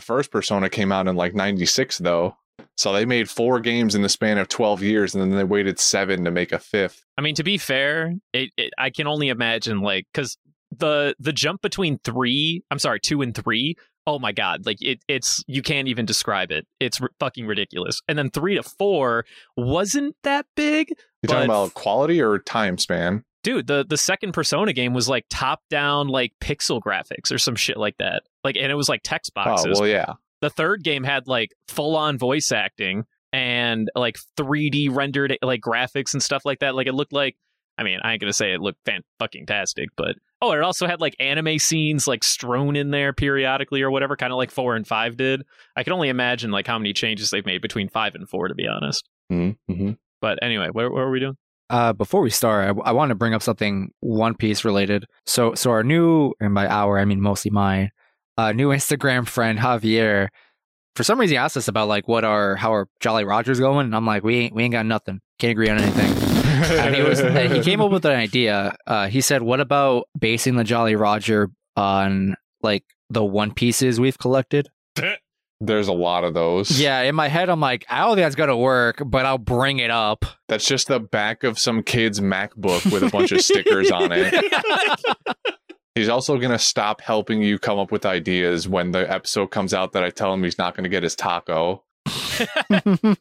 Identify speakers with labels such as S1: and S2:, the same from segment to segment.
S1: first Persona came out in like 96 though. So they made four games in the span of 12 years and then they waited 7 to make a fifth.
S2: I mean, to be fair, it, it I can only imagine like because the the jump between three, I'm sorry, two and three. Oh my god, like it, it's you can't even describe it. It's r- fucking ridiculous. And then three to four wasn't that big,
S1: You talking
S2: But-
S1: about quality or time span?
S2: dude. The the second Persona game was like top down, like pixel graphics or some shit like that. Like, and it was like text boxes.
S1: Oh, well yeah.
S2: the third game had like full on voice acting and like 3D rendered like graphics and stuff like that. Like it looked like I mean, I ain't gonna say it looked fan fucking tastic, but oh, it also had like anime scenes like strewn in there periodically or whatever, kind of like four and five did. I can only imagine like how many changes they've made between five and four, to be honest.
S1: Mm-hmm.
S2: But anyway, what, what are we doing?
S3: Uh, before we start, I, I want to bring up something One Piece related. So, so our new, and by our I mean mostly mine, uh, new Instagram friend Javier, for some reason he asked us about like what our how our Jolly Rogers going, and I'm like, we ain't we ain't got nothing, can't agree on anything. and he was and he came up with an idea. Uh, he said, what about basing the Jolly Roger on like the One Pieces we've collected?
S1: There's a lot of those.
S3: Yeah, in my head, I'm like, I don't think that's gonna work, but I'll bring it up.
S1: That's just the back of some kid's MacBook with a bunch of stickers on it. He's also going to stop helping you come up with ideas when the episode comes out that I tell him he's not going to get his taco.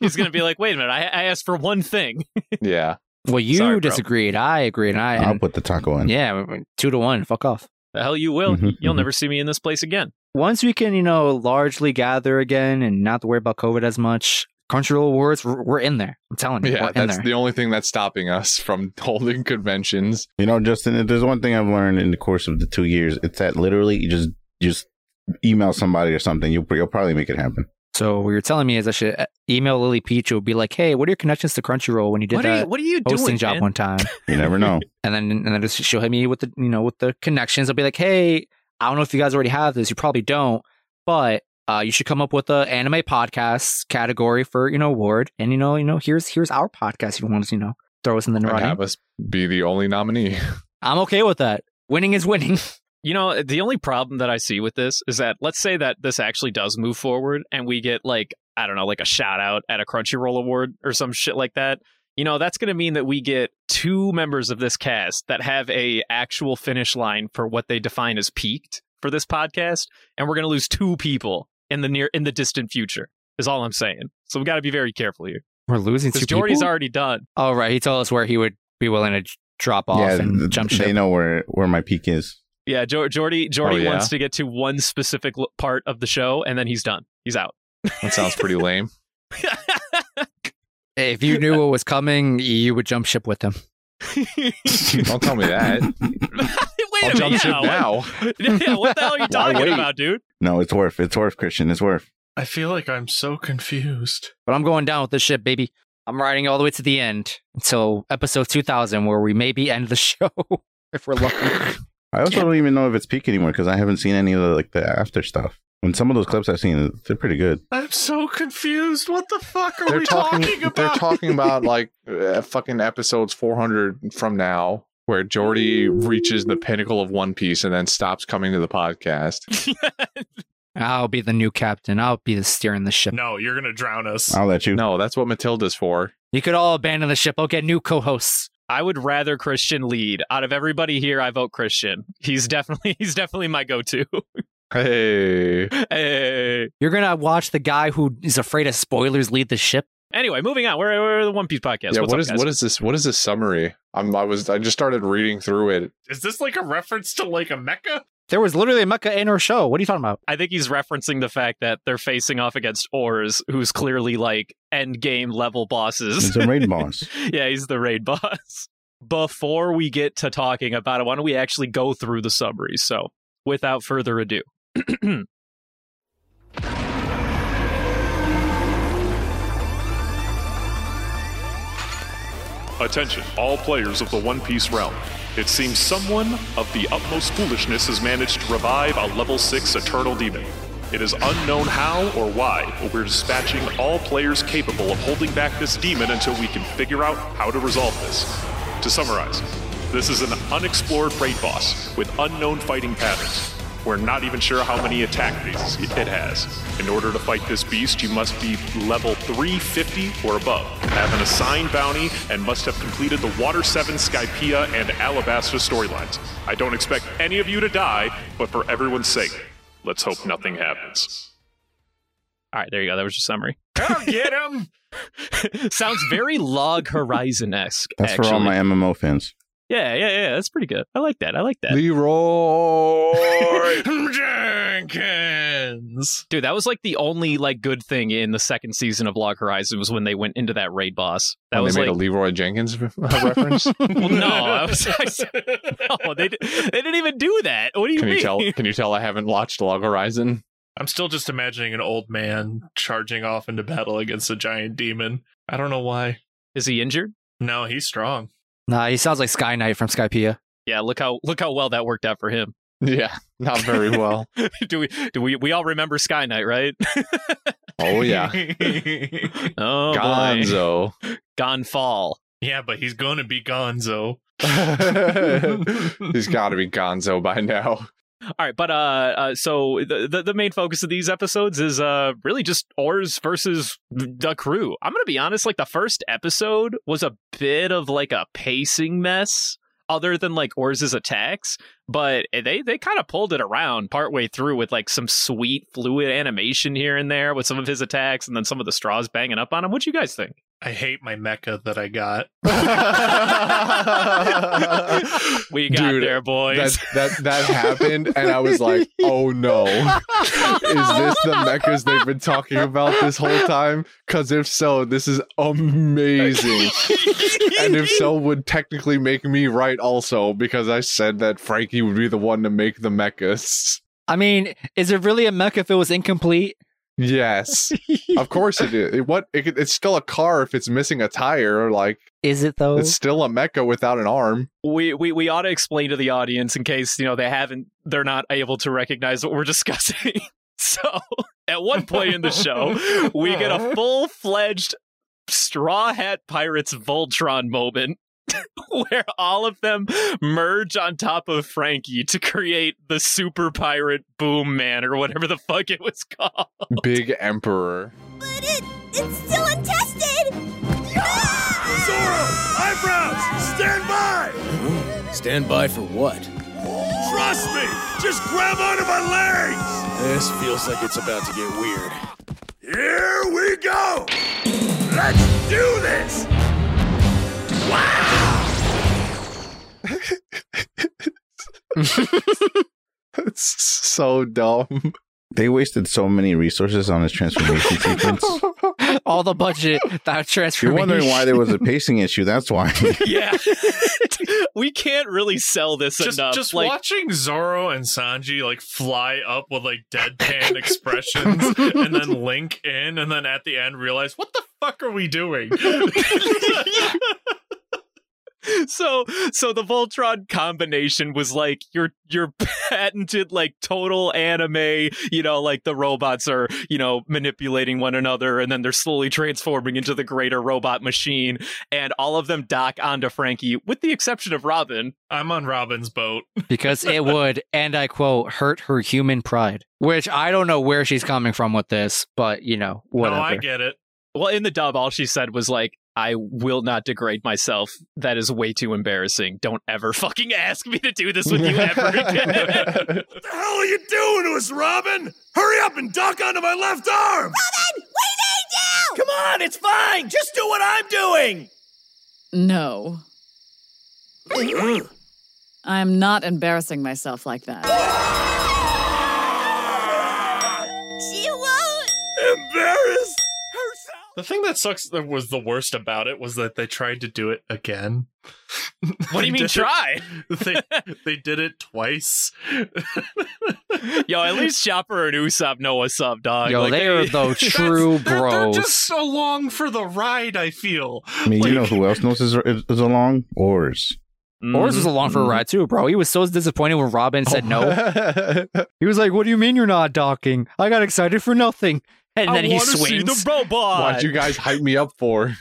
S2: He's gonna be like, wait a minute, I, I asked for one thing.
S1: Yeah.
S3: Well, you
S2: Sorry, bro.
S3: disagreed. I agreed. And I
S4: I'll
S3: and-
S4: put the taco in.
S3: yeah, two to one. Fuck off.
S2: The hell you
S3: Mm-hmm.
S2: will.
S4: Mhm,
S2: You'll
S4: mhm.
S2: never see me in this place again.
S3: Once we can, you know, largely gather again and not to worry about COVID as much, Crunchyroll Awards, we're, we're in there. I'm telling you,
S1: Yeah.
S3: we're in
S1: That's
S3: there.
S1: the only thing that's stopping us from holding conventions.
S4: You know, Justin, if there's one thing I've learned in the course of the two years, it's that literally you just just email somebody or something. You'll you'll probably make it happen.
S3: so what you're telling me is I should uh, email Lily Peach. It'll be like, hey, what are your connections to Crunchyroll when you did
S2: What are you
S3: that
S2: what are you
S3: hosting
S2: doing?
S3: job
S2: man?
S3: one time?
S4: You never know.
S3: and then and then just she'll hit me with the you know with the connections. I'll be like, hey, I don't know if you guys already have this. You probably don't, but uh, you should come up with a anime podcast category for you know award. And you know you know here's here's our podcast. If you want to you know throw us in the
S1: And
S3: running,
S1: have us be the only nominee.
S3: I'm okay with that. Winning is winning.
S2: You know, the only problem that I see with this is that let's say that this actually does move forward and we get like, I don't know, like a shout out at a Crunchyroll award or some shit like that. You know, that's going to mean that we get two members of this cast that have a actual finish line for what they define as peaked for this podcast and we're going to lose two people in the near in the distant future. Is all I'm saying. So we got to be very careful here.
S3: We're losing
S2: Cuz
S3: two
S2: Jordy's
S3: people.
S2: already done.
S3: oh right, he told us where he would be willing to j- drop off
S4: yeah,
S3: and
S4: th-
S3: jump
S4: they
S3: ship.
S4: know where where my peak is.
S2: Yeah, jo- Jordy Jordy
S1: Oh, yeah?
S2: wants to get to one specific l- part of the show and then he's done. He's out.
S1: That sounds pretty lame.
S3: if you knew what was coming, you would jump ship with him.
S1: Don't tell me that.
S2: Wait
S1: I'll
S2: a
S1: jump
S2: minute.
S1: ship
S2: yeah,
S1: now.
S2: What, yeah, what the hell are you talking
S1: wait?
S2: about, dude?
S4: No, it's worth. It's worth, Christian. It's worth.
S5: I feel like I'm so confused.
S3: But I'm going down with this ship, baby. I'm riding all the way to the end until episode 2000, where we maybe end the show if we're lucky.
S4: I also don't even know if it's peak anymore because I haven't seen any of the like the after stuff. And some of those clips I've seen, they're pretty good.
S5: I'm so confused. What the fuck are
S1: They're
S5: we
S1: talking,
S5: talking, about?
S1: They're talking about like uh, fucking episodes 400 from now, where Jordy reaches the pinnacle of One Piece and then stops coming to the podcast.
S3: I'll be the new captain. I'll be the steering the ship.
S5: no, you're gonna drown us.
S4: I'll let you.
S1: No, that's what Matilda's for.
S3: You could all abandon the ship. I'll get new co-hosts.
S2: I would rather Christian lead. Out of everybody here, I vote Christian. He's definitely he's definitely my go-to.
S1: Hey,
S2: Hey.
S3: You're gonna watch the guy who is afraid of spoilers lead the ship.
S2: Anyway, moving on. We're, we're the One Piece podcast.
S1: yeah.
S2: What's
S1: What
S2: up,
S1: is
S2: guys?
S1: what is this? What is this summary? I'm, I was I just started reading through it.
S5: Is this like a reference to like a mecha?
S3: There was literally a mecha in our show. What are you talking about?
S2: I think he's referencing the fact that they're facing off against Ors, who's clearly like end game level bosses.
S4: It's a raid boss.
S2: yeah, he's the raid boss. Before we get to talking about it, why don't we actually go through the summary? So, without further ado,
S6: Attention, all players of the One Piece realm. It seems someone of the utmost foolishness has managed to revive a level 6 Eternal Demon. It is unknown how or why, but we're dispatching all players capable of holding back this demon until we can figure out how to resolve this. To summarize, this is an unexplored raid boss with unknown fighting patterns. We're not even sure how many attack phases it has. In order to fight this beast, you must be level 350 or above, have an assigned bounty, and must have completed the Water 7 Skypea and Alabasta storylines. I don't expect any of you to die, but for everyone's sake, let's hope nothing happens.
S2: All right, there you go. That was your summary.
S5: I'll get him.
S2: Sounds very log horizon esque.
S4: That's for all my MMO fans.
S2: Yeah, yeah, yeah. That's pretty good. I like that. I like that.
S1: Leroy.
S5: Jenkins.
S2: Dude, that was like the only like good thing in the second season of Log Horizon was when they went into that raid boss. That
S1: When
S2: was
S1: they made
S2: like
S1: a Leroy Jenkins re- reference.
S2: well, no, I was, I was- no, Oh, they di- they didn't even do that. What do you
S1: Can
S2: mean?
S1: you tell? Can you tell I haven't watched Log Horizon?
S5: I'm still just imagining an old man charging off into battle against a giant demon. I don't know why.
S2: Is he injured?
S5: No, he's strong.
S3: Nah, he sounds like Sky Knight from Skypea.
S2: Yeah, look how look how well that worked out for him.
S1: Yeah, not very well.
S2: do we do we we all remember Sky Knight, right?
S1: oh yeah,
S2: oh, boy.
S1: Gonzo.
S2: Gonfall.
S5: yeah, but he's gonna be Gonzo.
S1: He's got to be Gonzo by now.
S2: All right, but uh, uh so the, the the main focus of these episodes is uh really just Ors versus the crew. I'm gonna be honest, like the first episode was a bit of like a pacing mess, other than like Ors's attacks, but they they kind of pulled it around partway through with like some sweet fluid animation here and there with some of his attacks, and then some of the straws banging up on him. What do you guys think?
S5: I hate my mecha that I got.
S2: We got
S1: Dude,
S2: there,
S1: That,
S2: boys.
S1: that that happened, and I was like, "Oh no, is this the mechas they've been talking about this whole time? Because if so, this is amazing. and if so, would technically make me right also because I said that Frankie would be the one to make the mechas.
S3: I mean, is it really a mech if it was incomplete?
S1: Yes, of course it is. It- what? It, it's still a car if it's missing a tire. Like
S3: Is it though?
S1: it's still a mecha without an arm.
S2: we, we we ought to explain to the audience in case you know they haven't they're not able to recognize what we're discussing so at one point in the show we get
S5: Uh-huh.
S2: a full-fledged straw hat pirates voltron moment where all of them merge on top of frankie to create the super pirate boom man or whatever the fuck it was called
S1: Big Emperor.
S7: But it, it's still untested!
S8: Zoro, eyebrows, stand by!
S9: Stand by for what?
S8: Trust me, just grab onto my legs!
S9: This feels like it's about to get weird.
S8: Here we go! Let's do this!
S1: It's so dumb.
S4: They wasted so many resources on this transformation sequence.
S3: All the budget that
S4: If you're
S3: transformation.
S4: wondering why there was a pacing issue, that's why.
S2: yeah we can't really sell this
S5: Just,
S2: enough
S5: just
S2: like
S5: watching Zoro and Sanji like fly up with like deadpan expressions, and then link in, and then at the end realize what the fuck are we doing?
S2: so so the Voltron combination was like your your patented like total anime, you know, like the robots are, you know, manipulating one another and then they're slowly transforming into the greater robot machine and all of them dock onto Frankie with the exception of Robin.
S5: I'm on Robin's boat.
S3: because it would, and I quote, hurt her human pride. Which I don't know where she's coming from with this, but you know, whatever.
S5: No, I get it.
S2: Well, in the dub all she said was like I will not degrade myself. That is way too embarrassing. Don't ever fucking ask me to do this with you ever again.
S8: What the hell are you doing to us, Robin? Hurry up and duck onto my left arm!
S7: Robin, we need you!
S8: Come on, it's fine! Just do what I'm doing!
S10: No,
S8: Mm-hmm.
S10: I'm not embarrassing myself like that.
S7: She won't!
S8: Embarrassed herself!
S5: The thing that sucks that was the worst about it was that they tried to do it again.
S2: what do
S5: They
S2: you mean
S5: did
S2: try?
S5: it- they they did it twice.
S2: Yo, at least Chopper and Usopp know what's up, dog.
S3: Yo,
S2: Like,
S3: they are the true
S5: They're-
S3: bros.
S5: They're just so long for the ride. I feel.
S4: I mean, you know who else knows is, is along? Oars.
S3: Ours was along for a ride too, bro. He was so disappointed when Robin said no. He was like, "What do you mean you're not docking? I got excited for nothing." And then he
S2: wanna see
S3: swings.
S2: the robot.
S1: Why'd you guys hype me up for?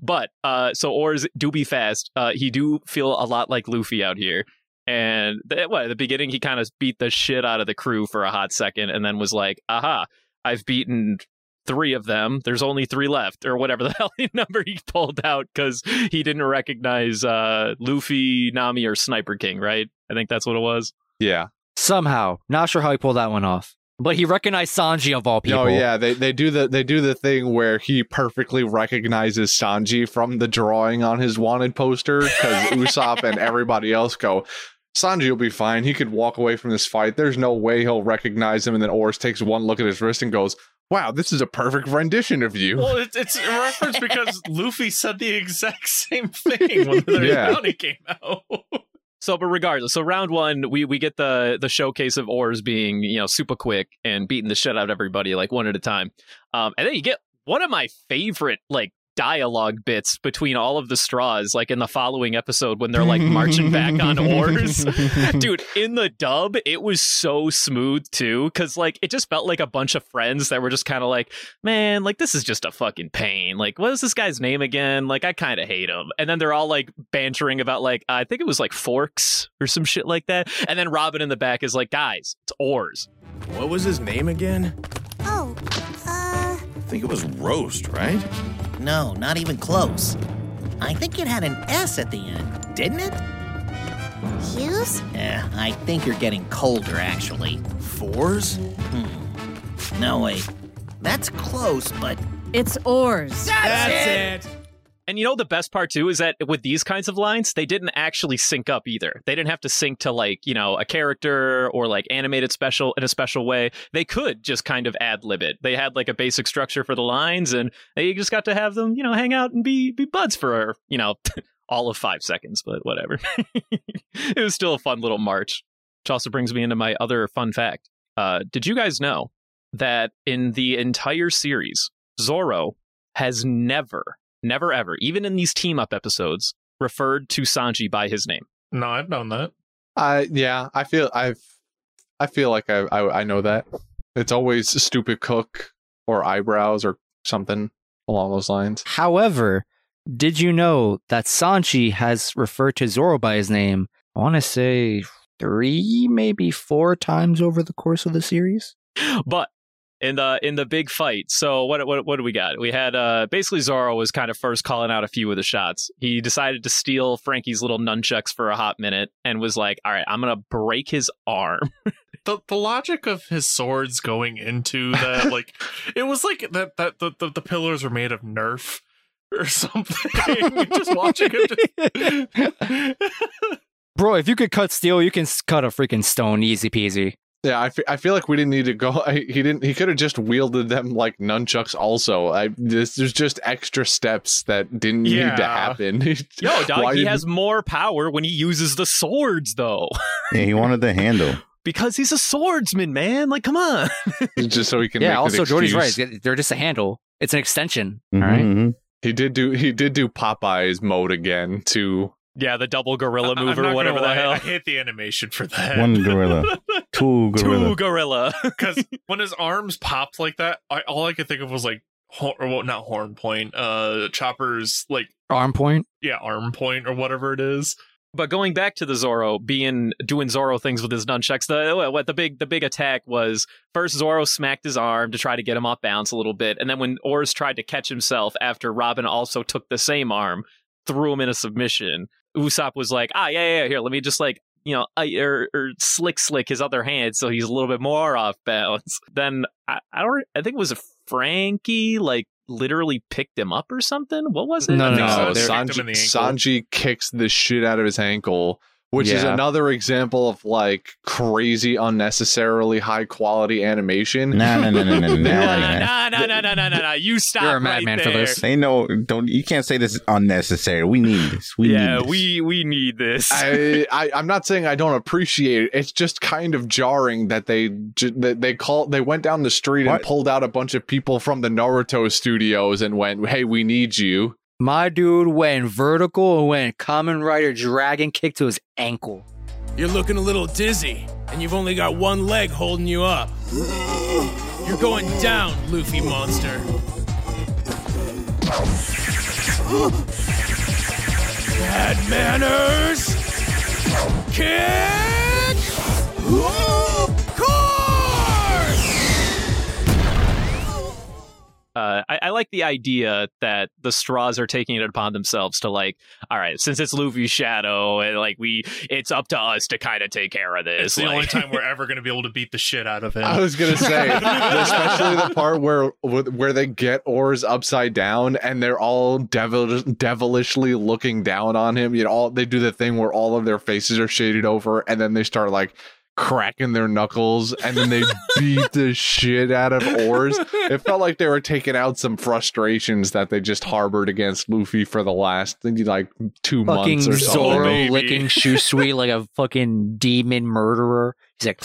S2: but uh, so Ors do be fast. Uh, he do feel a lot like Luffy out here. And the, what, at the beginning, he kind of beat the shit out of the crew for a hot second and then was like, aha, I've beaten three of them. There's only three left, or whatever the hell number he pulled out because he didn't recognize uh, Luffy, Nami, or Sniper King, right? I think that's what it was.
S1: Yeah.
S3: Somehow, not sure how he pulled that one off, but he recognized Sanji of all people.
S1: Oh yeah, they they do the they do the thing where he perfectly recognizes Sanji from the drawing on his wanted poster because Usopp and everybody else go. Sanji will be fine. He could walk away from this fight. There's no way he'll recognize him. And then Oris takes one look at his wrist and goes, "Wow, this is a perfect rendition of you."
S5: Well, it's, it's a reference because Luffy said the exact same thing when the
S1: Yeah.
S5: bounty came out.
S2: So, but regardless, so round one, we we get the the showcase of oars being you know super quick and beating the shit out of everybody like one at a time, um, and then you get one of my favorite like dialogue bits between all of the straws, like in the following episode when they're like marching back on oars, dude. In the dub, it was so smooth too, because like it just felt like a bunch of friends that were just kind of like, man, like this is just a fucking pain. Like, what is this guy's name again? Like, I kind of hate him. And then they're all like bantering about like I think it was like forks or some shit like that. And then Robin in the back is like, guys, it's oars.
S9: What was his name again?
S7: Oh,
S9: I
S7: uh,
S9: think it was Roast, right?
S11: No, not even close. I think it had an S at the end, didn't it?
S7: Hughes?
S11: Eh, I think you're getting colder, actually. Fours? Hmm. No, wait. That's close, but.
S10: It's oars.
S11: That's
S9: it!
S2: And you know the best part too is that with these kinds of lines, they didn't actually sync up either. They didn't have to sync to like, you know, a character or like animated special in a special way. They could just kind of ad lib it. They had like a basic structure for the lines and they just got to have them, you know, hang out and be be buds for, you know, all of 5 seconds, but whatever. it was still a fun little march. Which also brings me into my other fun fact. Uh, did you guys know that in the entire series, Zoro has never, never ever, even in these team up episodes, referred to Sanji by his name?
S5: No, I've known that.
S1: Uh, yeah, I feel I've I feel like I, I I know that. It's always stupid cook or eyebrows or something along those lines.
S3: However, did you know that Sanji has referred to Zoro by his name? I want to say three, maybe four times over the course of the series.
S2: But in the in the big fight, so what what what do we got? We had uh basically Zoro was kind of first calling out a few of the shots. He decided to steal Frankie's little nunchucks for a hot minute and was like, "All right, I'm gonna break his arm."
S5: The, the logic of his swords going into that, like, it was like that, that the, the, the pillars were made of Nerf or something. just watching him. Just...
S3: Bro, if you could cut steel, you can s- cut a freaking stone easy peasy.
S1: Yeah, I fe- I feel like we didn't need to go. I, he didn't. He could have just wielded them like nunchucks. Also, I this, there's just extra steps that didn't need to
S5: Yeah.
S1: happen.
S2: Yo, dog,
S1: Why
S2: he
S1: did-
S2: has more power when he uses the swords, though,
S4: Yeah, he wanted the handle.
S2: because he's a swordsman, man. Like, come on.
S1: just so he can. make
S3: yeah,
S1: an
S3: also, Jordy's
S1: excuse.
S3: right. They're just a handle, it's an extension.
S4: Mhm,
S5: Mm-hmm.
S3: all right.
S4: mhm.
S1: He did do. He did do Popeyes mode again to
S2: Yeah, the double gorilla
S5: I'm
S2: move
S5: not
S2: or
S5: gonna
S2: whatever the
S5: lie,
S2: hell.
S5: I hate the animation for that.
S4: One gorilla, two gorilla.
S2: Two gorilla.
S5: because when his arms popped like that, I, all I could think of was like, hor- or well, not horn point, uh, Chopper's like,
S3: Arm point.
S5: yeah, arm point or whatever it is.
S2: But going back to the Zoro being doing Zoro things with his nunchucks, the what the big the big attack was first Zoro smacked his arm to try to get him off balance a little bit, and then when Ors tried to catch himself after Robin also took the same arm, threw him in a submission. Usopp was like, ah yeah yeah, yeah, here let me just like you know I, or or slick slick his other hand so he's a little bit more off balance. Then I I don't I think it was Frankie like literally picked him up or something. What was it?
S3: No,
S5: I
S1: No,
S5: think
S1: no,
S5: Sanji
S1: Sanji,
S5: kicked him in the ankle.
S1: Sanji kicks the shit out of his ankle, which is
S3: Yeah.
S1: another example of like crazy, unnecessarily high quality animation.
S4: Nah, nah, nah, nah, nah, nah, nah, nah.
S2: No, no, no, no, no, no, no. You stop.
S3: You're a
S2: right
S3: madman for
S2: there.
S3: this.
S4: They know. Don't you can't say this is unnecessary. We need this. We
S2: yeah,
S4: need this.
S2: we we need this.
S1: I, I I'm not saying I don't appreciate it. It's just kind of jarring that they j- that they call they went down the street and
S4: What?
S1: pulled out a bunch of people from the Naruto studios and went, "Hey, we need you."
S3: My dude went vertical and went Common Rider Dragon kick to his ankle.
S9: You're looking a little dizzy, and you've only got one leg holding you up. You're going down, Luffy monster. Bad manners! Kick!
S2: Uh, I, I like the idea that the straws are taking it upon themselves to like, all right, since it's Luffy's shadow, and like we, it's up to us to kind of take care of this.
S5: It's the
S2: like-
S5: only time we're ever going to be able to beat the shit out of him.
S1: I was gonna say, especially the part where where they get oars upside down and they're all devil, devilishly looking down on him. You know, all they do the thing where all of their faces are shaded over, and then they start like cracking their knuckles, and then they beat the shit out of oars. It felt like they were taking out some frustrations that they just harbored against Luffy for the last like two
S3: fucking
S1: months or so.
S3: Zoro
S1: Maybe.
S3: licking Shusui like a fucking demon murderer. He's like,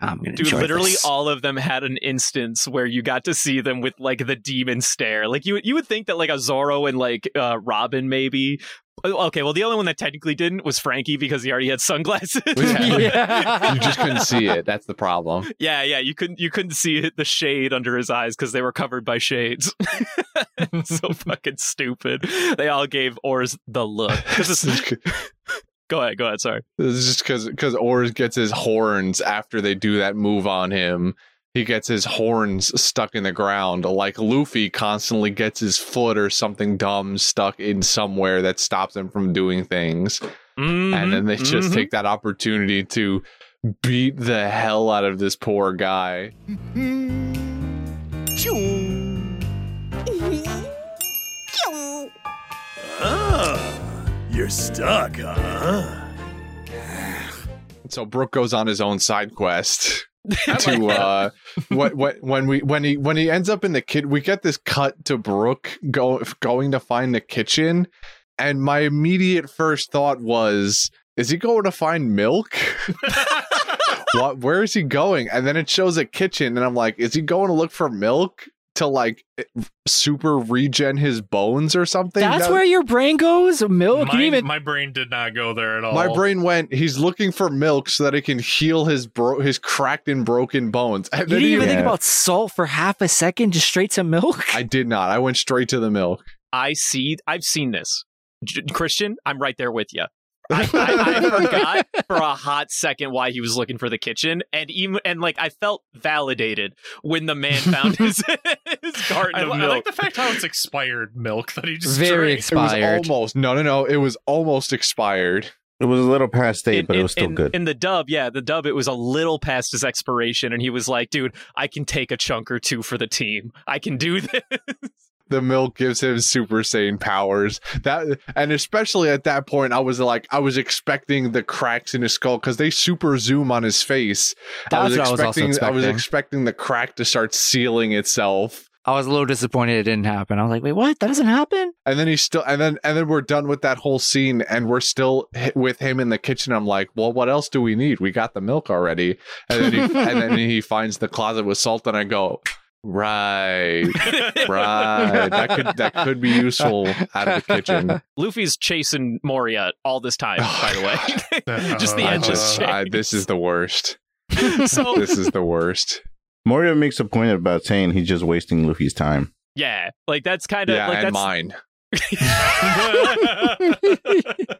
S3: I'm gonna
S2: Dude,
S3: enjoy
S2: literally
S3: this."
S2: all of them had an instance where you got to see them with like the demon stare. Like you, you would think that like a Zoro and like uh, Robin maybe. Oh, Okay, well the only one that technically didn't was Frankie because he already had sunglasses.
S1: Yeah. You just couldn't see it. That's the problem.
S2: yeah, yeah, you couldn't you couldn't see it, the shade under his eyes because they were covered by shades. so fucking stupid. They all gave Ors the look. 'Cause it's- go ahead, go ahead. Sorry.
S1: This is just because because Ors gets his horns after they do that move on him. He gets his horns stuck in the ground, like Luffy constantly gets his foot or something dumb stuck in somewhere that stops him from doing things.
S2: Mm-hmm.
S1: And then they just
S6: mhm.
S1: take that opportunity to beat the hell out of this poor guy.
S8: Ah, you're stuck, huh?
S1: So Brooke goes on his own side quest to uh what what when we when he when he ends up in the kid we get this cut to Brooke go going to find the kitchen and my immediate first thought was is he going to find milk? what where is he going? And then it shows a kitchen and I'm like is he going to look for milk to like super regen his bones or something?
S3: That's
S1: That-
S3: where your brain goes. Milk.
S5: my,
S3: you even
S5: my brain did not go there at all.
S2: Oh.
S1: my brain went. He's looking for milk so that he can heal his bro- his cracked and broken bones.
S3: you didn't even think about salt for half a second, just straight to milk.
S1: I did not. I went straight to the milk.
S2: I see. I've seen this, J- Christian. I'm right there with you. I, I, I forgot for a hot second why he was looking for the kitchen, and even and like I felt validated when the man found his his carton
S5: I,
S2: of
S5: li- I
S2: milk.
S5: like the fact how it's expired milk that he just
S3: Very
S5: drank.
S1: It was almost no, no, no. It was almost expired.
S4: It was a little past eight, but it was still
S2: in,
S4: good.
S2: in the dub, yeah, the dub, it was a little past his expiration, and he was like, "Dude, I can take a chunk or two for the team. I can do this."
S1: The milk gives him Super Saiyan powers. That and especially at that point, I was like, I was expecting the cracks in his skull because they super zoom on his face.
S3: That's what I was also
S1: expecting. I was
S3: expecting.
S1: expecting the crack to start sealing itself.
S3: I was a little disappointed it didn't happen. I was like, wait, what? That doesn't happen?
S1: and then he's still and then and then we're done with that whole scene and we're still hi- with him in the kitchen i'm like well what else do we need we got the milk already and then he, and then he finds the closet with salt and i go right right that could that could be useful out of the kitchen
S2: Luffy's chasing Moria all this time.
S4: Oh,
S2: by the way,
S5: Uh,
S2: just the
S1: I
S2: endless
S1: just-
S2: chase.
S1: I- this is the worst
S2: so
S1: this is the worst
S4: Moria makes a point about saying he's just wasting Luffy's time.
S2: yeah, like that's kind of
S1: yeah
S2: uh, like
S1: and
S2: that's
S1: mine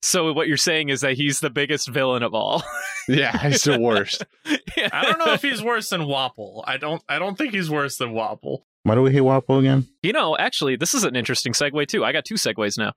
S2: so what you're saying is that he's the biggest villain of all.
S1: yeah it's the worst
S5: I don't know if he's worse than Wapple. I don't. I don't think he's worse than Wapple.
S4: Why do we hate Wapo again?
S2: You know, actually, this is an interesting segue too. I got two segues now.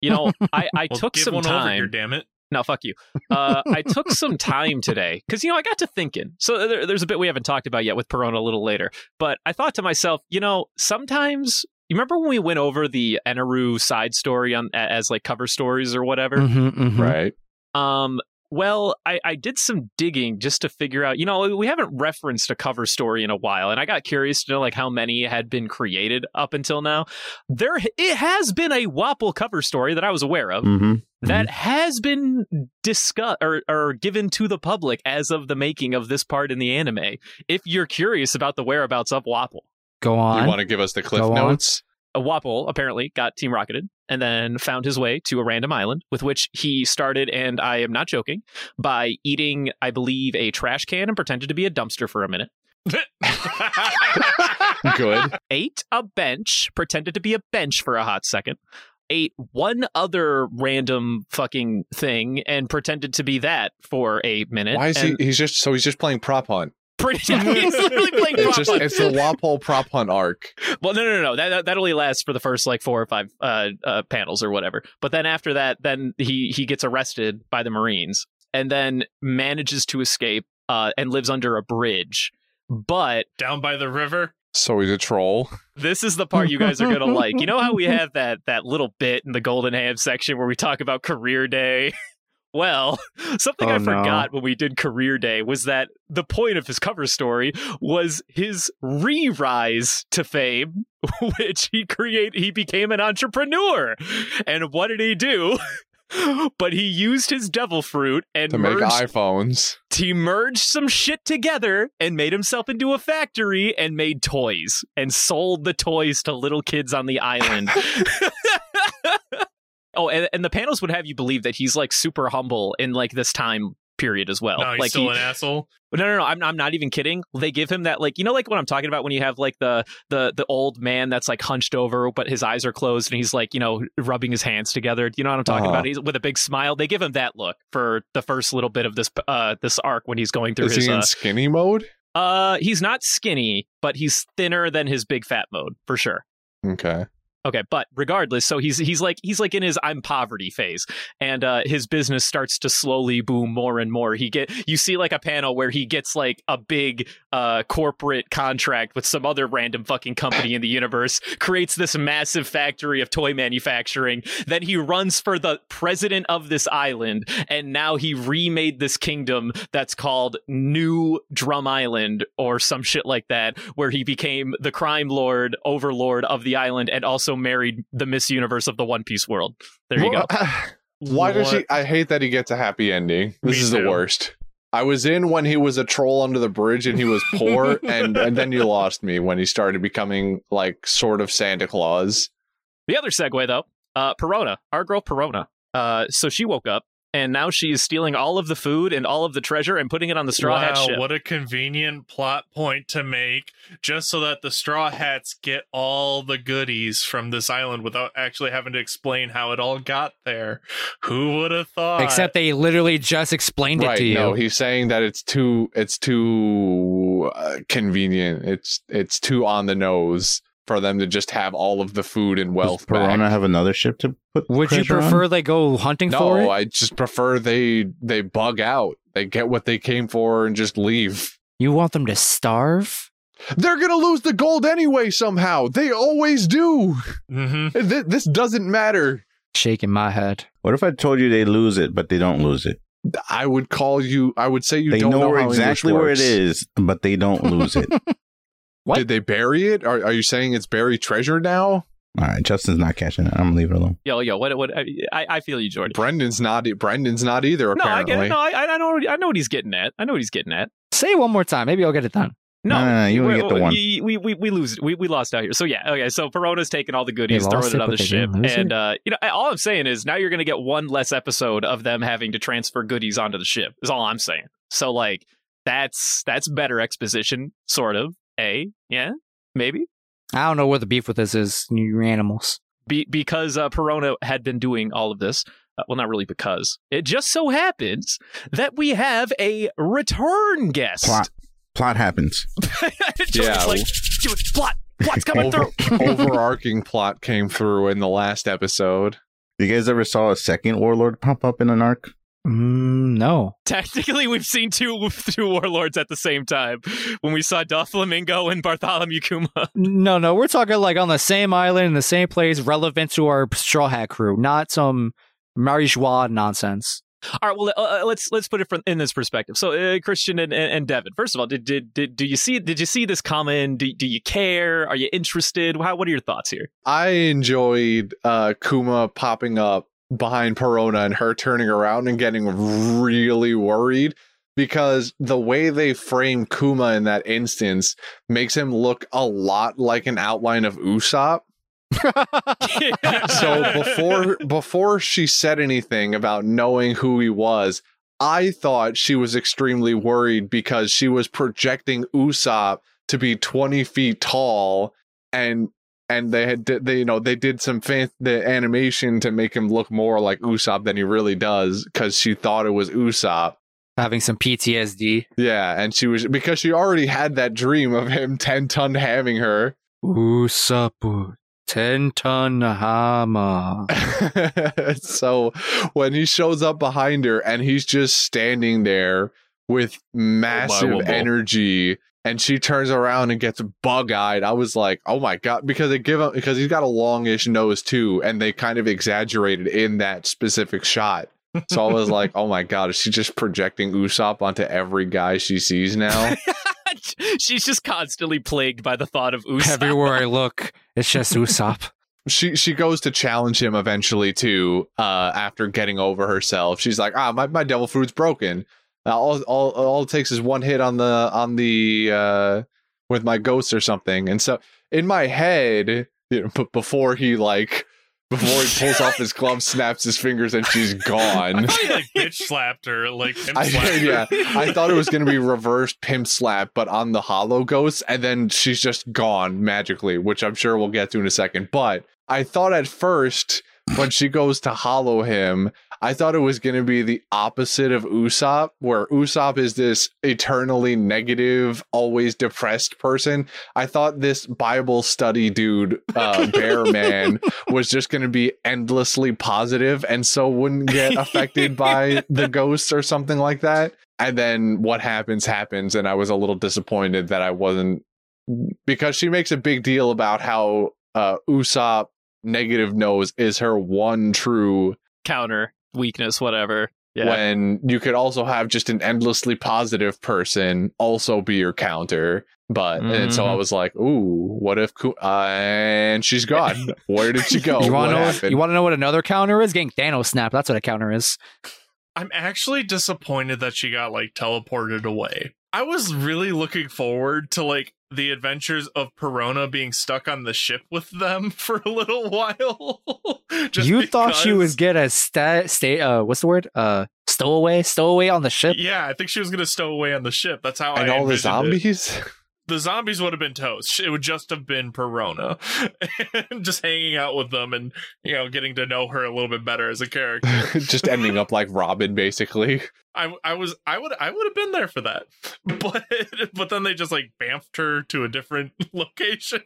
S2: You know, I, I
S5: Well,
S2: took
S5: give
S2: some
S5: one
S2: time.
S5: Over here, damn it!
S2: No, fuck you. Uh, I took some time today because you know I got to thinking. So uh, there, there's a bit we haven't talked about yet with Perona a little later, but I thought to myself, you know, sometimes you remember when we went over the Eneru side story on a- as like cover stories or whatever.
S3: Mm-hmm,
S1: right
S2: Um, well, I, I did some digging just to figure out. You know, we haven't referenced a cover story in a while, and I got curious to know like how many had been created up until now. There, it has been a Wapple cover story that I was aware of
S4: Mm-hmm.
S2: that has been discussed or, or given to the public as of the making of this part in the anime. If you're curious about the whereabouts of Wapple,
S3: Go on.
S1: you want to give us the cliff
S3: Go on.
S1: notes
S2: uh, Wapple apparently got team rocketed and then found his way to a random island, with which he started, and I am not joking, by eating, I believe, a trash can and pretended to be a dumpster for a minute.
S1: good
S2: Ate a bench, pretended to be a bench for a hot second. ate one other random fucking thing and pretended to be that for a minute.
S1: Why is
S2: and
S1: he? He's just so he's just playing prop hunt.
S2: Pretty, he's literally playing
S1: It's
S2: prop
S1: just
S2: hunt.
S1: it's the Walpole prop hunt arc.
S2: Well, no, no, no, no. That, that that only lasts for the first like four or five uh, uh, panels or whatever. But then after that, then he he gets arrested by the Marines and then manages to escape uh, and lives under a bridge. But
S5: down by the river.
S1: So he's a troll.
S2: this is the part you guys are gonna like. You know how we have that that little bit in the Golden Ham section where we talk about career day. Well, something
S12: Oh,
S2: I
S12: no.
S2: forgot when we did career day was that the point of his cover story was his re-rise to fame, which he create he became an entrepreneur. And what did he do? but he used his devil fruit and
S1: to make
S2: merged-
S1: iPhones.
S2: he merged some shit together and made himself into a factory and made toys and sold the toys to little kids on the island. oh, and, and the panels would have you believe that he's like super humble in like this time period as well.
S5: no, he's
S2: like
S5: still
S2: he-
S5: an asshole.
S2: no, no, no. I'm, I'm not even kidding. They give him that, like, you know, like what I'm talking about when you have like the the the old man that's like hunched over, but his eyes are closed, and he's like, you know, rubbing his hands together. You know what I'm talking
S1: Uh-huh.
S2: about? He's with a big smile. They give him that look for the first little bit of this uh this arc when he's going through
S1: Is
S2: his.
S1: he in
S2: uh,
S1: skinny mode?
S2: uh, he's not skinny, but he's thinner than his big fat mode for sure.
S1: Okay.
S2: Okay, but regardless, so he's he's like he's like in his I'm poverty phase, and uh, his business starts to slowly boom more and more. He get you see like a panel where he gets like a big uh, corporate contract with some other random fucking company in the universe, creates this massive factory of toy manufacturing. Then he runs for the president of this island, and now he remade this kingdom that's called New Drum Island or some shit like that, where he became the crime lord, overlord of the island, and also married the Miss Universe of the One Piece world. There you go.
S1: Why does
S2: What?
S1: he? I hate that he gets a happy ending. This
S5: Me
S1: is the
S5: too.
S1: worst. I was in when he was a troll under the bridge and he was poor, and, and then you lost me when he started becoming like sort of Santa Claus.
S2: The other segue, though, uh, Perona, our girl Perona. Uh, so she woke up, and now she is stealing all of the food and all of the treasure and putting it on the Straw
S5: wow,
S2: Hat ship.
S5: what a convenient plot point to make, just so that the Straw Hats get all the goodies from this island without actually having to explain how it all got there. Who would have thought?
S3: Except they literally just explained it
S1: Right?
S3: to you.
S1: No, he's saying that it's too it's too uh, convenient. It's it's too on the nose for them to just have all of the food and
S4: Does
S1: wealth. back.
S4: Perona have another ship to put?
S3: Would you
S4: treasure on?
S3: prefer they go hunting for
S1: No,
S3: it?
S1: I just prefer they they bug out. They get what they came for and just leave.
S3: you want them to starve?
S1: They're gonna lose the gold anyway somehow. They always do.
S5: Mhm.
S1: Th- this doesn't matter.
S3: Shaking my head.
S4: What if I told you they lose it, but they don't lose it?
S1: I would call you. I would say you
S4: they
S1: don't know,
S4: know,
S1: how
S4: exactly
S1: English
S4: where it
S1: works.
S4: is, but they don't lose it. All
S1: Did they bury it? Are, are you saying it's buried treasure now?
S4: right, Justin's not catching it. I'm gonna leave it alone.
S2: yo, yo, what, what? I, I feel you, Jordan.
S1: Brendan's not. e, Brendan's not either.
S2: No, I
S1: Apparently,
S2: get it. No, I, I know. I know what he's getting at. I know what he's getting at.
S3: Say it one more time. Maybe I'll get it done.
S2: No,
S4: No, no, no, you only
S2: we-
S4: get the one.
S2: We, we, we, we lose. We, we lost out here. So yeah, okay. So Perona's taking all the goodies,
S3: They
S2: throwing
S3: lost
S2: it
S3: it,
S2: on the
S3: but they
S2: ship,
S3: didn't lose
S2: and
S3: it?
S2: uh, you know, I- all I'm saying is now you're going to get one less episode of them having to transfer goodies onto the ship. Is all I'm saying. So like, that's that's better exposition, sort of. A, yeah, maybe.
S3: I don't know where the beef with this is. You animals.
S2: be- because uh, Perona had been doing all of this. Uh, well, not really because. It just so happens that we have a return guest.
S4: Plot, plot happens.
S2: Jordan's
S1: Yeah.
S2: like, dude, plot, plot's coming
S1: Over-
S2: through.
S1: overarching plot came through in the last episode.
S4: You guys ever saw a second warlord pop up in an arc?
S3: Mm, no.
S2: Technically, we've seen two two warlords at the same time when we saw Doflamingo and Bartholomew Kuma.
S3: No, no. We're talking like on the same island, in the same place, relevant to our straw hat crew, not some marijuana nonsense.
S2: All right, well, uh, uh, let's let's put it from, in this perspective. So, uh, Christian and, and, and Devin, first of all, did, did did do you see did you see this coming? Do, do you care? Are you interested? How, what are your thoughts here?
S1: I enjoyed uh, Kuma popping up behind Perona and her turning around and getting really worried because the way they frame Kuma in that instance makes him look a lot like an outline of Usopp. So before before she said anything about knowing who he was, I thought she was extremely worried because she was projecting Usopp to be 20 feet tall and and they had did- they you know they did some fan the animation to make him look more like Usopp than he really does because she thought it was Usopp.
S3: Having some PTSD.
S1: Yeah, and she was because she already had that dream of him ten ton having her.
S3: Usapu Tentanahama.
S1: so when he shows up behind her and he's just standing there with massive
S5: wobble.
S1: energy and she turns around and gets bug-eyed i was like oh my god because they give him because he's got a longish nose too and they kind of exaggerated in that specific shot so i was like oh my god is she just projecting usopp onto every guy she sees now
S2: She's just constantly plagued by the thought of Usopp.
S3: Everywhere I look, it's just Usopp.
S1: she she goes to challenge him eventually too. Uh, after getting over herself, she's like, "Ah, my, my devil fruit's broken. Uh, all all all it takes is one hit on the on the uh with my ghost or something." And so in my head, you know, but before he like before he pulls off his glove, snaps his fingers, and she's
S5: I
S1: gone.
S5: thought he like bitch slapped her, like him
S1: I,
S5: slapped her.
S1: yeah, I thought it was going to be reversed pimp slap, but on the hollow ghost, and then she's just gone magically, which I'm sure we'll get to in a second. But I thought at first when she goes to hollow him, I thought it was going to be the opposite of Usopp, where Usopp is this eternally negative, always depressed person. I thought this Bible study dude, uh, bear man, was just going to be endlessly positive and so wouldn't get affected by the ghosts or something like that. And then what happens, happens. And I was a little disappointed that I wasn't because she makes a big deal about how uh, Usopp negative nose is her one true
S2: Counter, weakness, whatever. Yeah.
S1: when you could also have just an endlessly positive person also be your counter. But and so I was like, ooh, what if? Ku- uh, and she's gone. Where did she go?
S3: you want
S1: What
S3: to know?
S1: happened?
S3: You want to know Oh, what another counter is? Getting Thanos snapped. That's what a counter is.
S5: I'm actually disappointed that she got like teleported away. I was really looking forward to like the adventures of Perona being stuck on the ship with them for a little while. Just
S3: you thought she
S5: because-
S3: was get a sta- stay. Uh, what's the word? Uh, stowaway. Stowaway on the ship.
S5: Yeah, I think she was gonna stow away on the ship. That's how
S1: and
S5: Oh, I
S1: all the
S5: envisioned it.
S1: zombies.
S5: The zombies would have been toast. It would just have been Perona, and just hanging out with them and you know getting to know her a little bit better as a character.
S1: just ending up like Robin, basically.
S5: I I was I would I would have been there for that, but but then they just like bamfed her to a different location.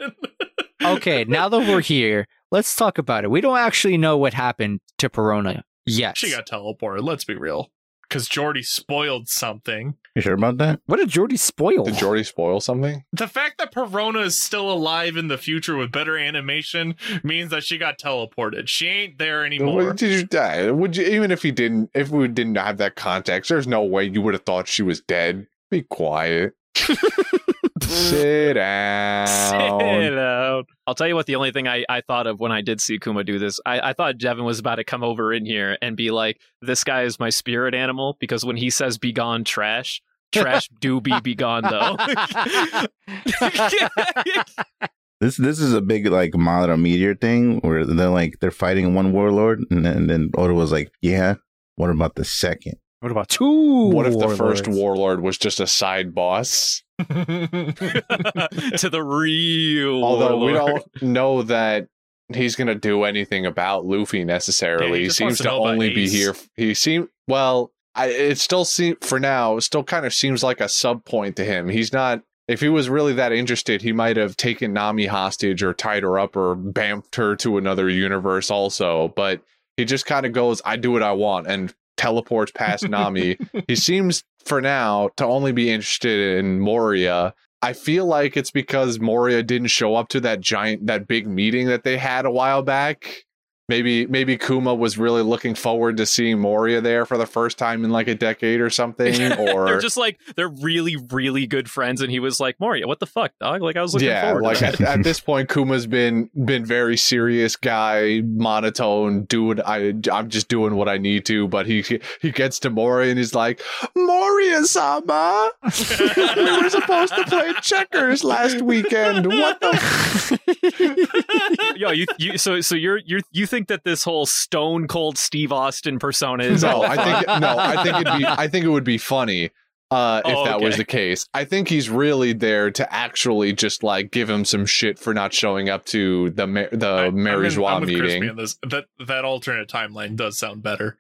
S3: okay, now that we're here, let's talk about it. We don't actually know what happened to Perona. Yes.
S5: she got teleported. Let's be real, because Jordy spoiled something.
S4: You sure about that?
S3: what did Jordy spoil?
S1: Did Jordy spoil something?
S5: The fact that Perona is still alive in the future with better animation means that she got teleported. She ain't there anymore.
S1: What Did you die? Would you even if he didn't? If we didn't have that context, there's no way you would have thought she was dead. Be quiet. Sit down.
S2: Sit out. Um, I'll tell you what the only thing I, I thought of when I did see Kuma do this, I, I thought Devin was about to come over in here and be like, This guy is my spirit animal, because when he says be gone trash, trash do be be gone though.
S4: This this is a big like Madara meteor thing where they're like they're fighting one warlord and then, and then Oda was like, yeah, what about the second?
S3: what about two?
S1: What if the
S3: warlords?
S1: first warlord was just a side boss?
S2: to the real
S1: Although we
S2: warlord.
S1: don't know that he's going to do anything about Luffy
S5: Yeah,
S1: necessarily.
S5: he
S1: he
S5: just
S1: seems
S5: wants to
S1: to
S5: know about
S1: only be
S5: Ace.
S1: here. He seem well. I, it still seem for now. It still kind of seems like a sub point to him. He's not. If he was really that interested, he might have taken Nami hostage or tied her up or bamfed her to another universe. Also, but he just kind of goes, "I do what I want," and teleports past Nami. He seems for now to only be interested in Moria. I feel like it's because Moria didn't show up to that giant that big meeting that they had a while back. Maybe maybe Kuma was really looking forward to seeing Moria there for the first time in like a decade or something
S2: they're
S1: or
S2: just like they're really, really good friends, and he was like, Moria, what the fuck, dog? Like I was looking
S1: yeah,
S2: forward to
S1: like
S2: that.
S1: at, at this point Kuma's been been very serious guy, monotone, do what I I'm just doing what I need to, but he he gets to Moria and he's like, "Moria-sama, we were supposed to play checkers last weekend. What the
S2: Yo, you, you so so you're you're you think that this whole stone cold Steve Austin persona is
S1: no,
S2: all
S1: I think
S2: fun?
S1: no, I think it'd be I think it would be funny. uh, if
S2: Oh,
S1: that was
S2: okay.
S1: the case. I think he's really there to actually just like give him some shit for not showing up to the ma- the Mary
S5: I'm, in-
S1: Joie
S5: I'm with Crispy
S1: meeting.
S5: on this. That that alternate timeline does sound better.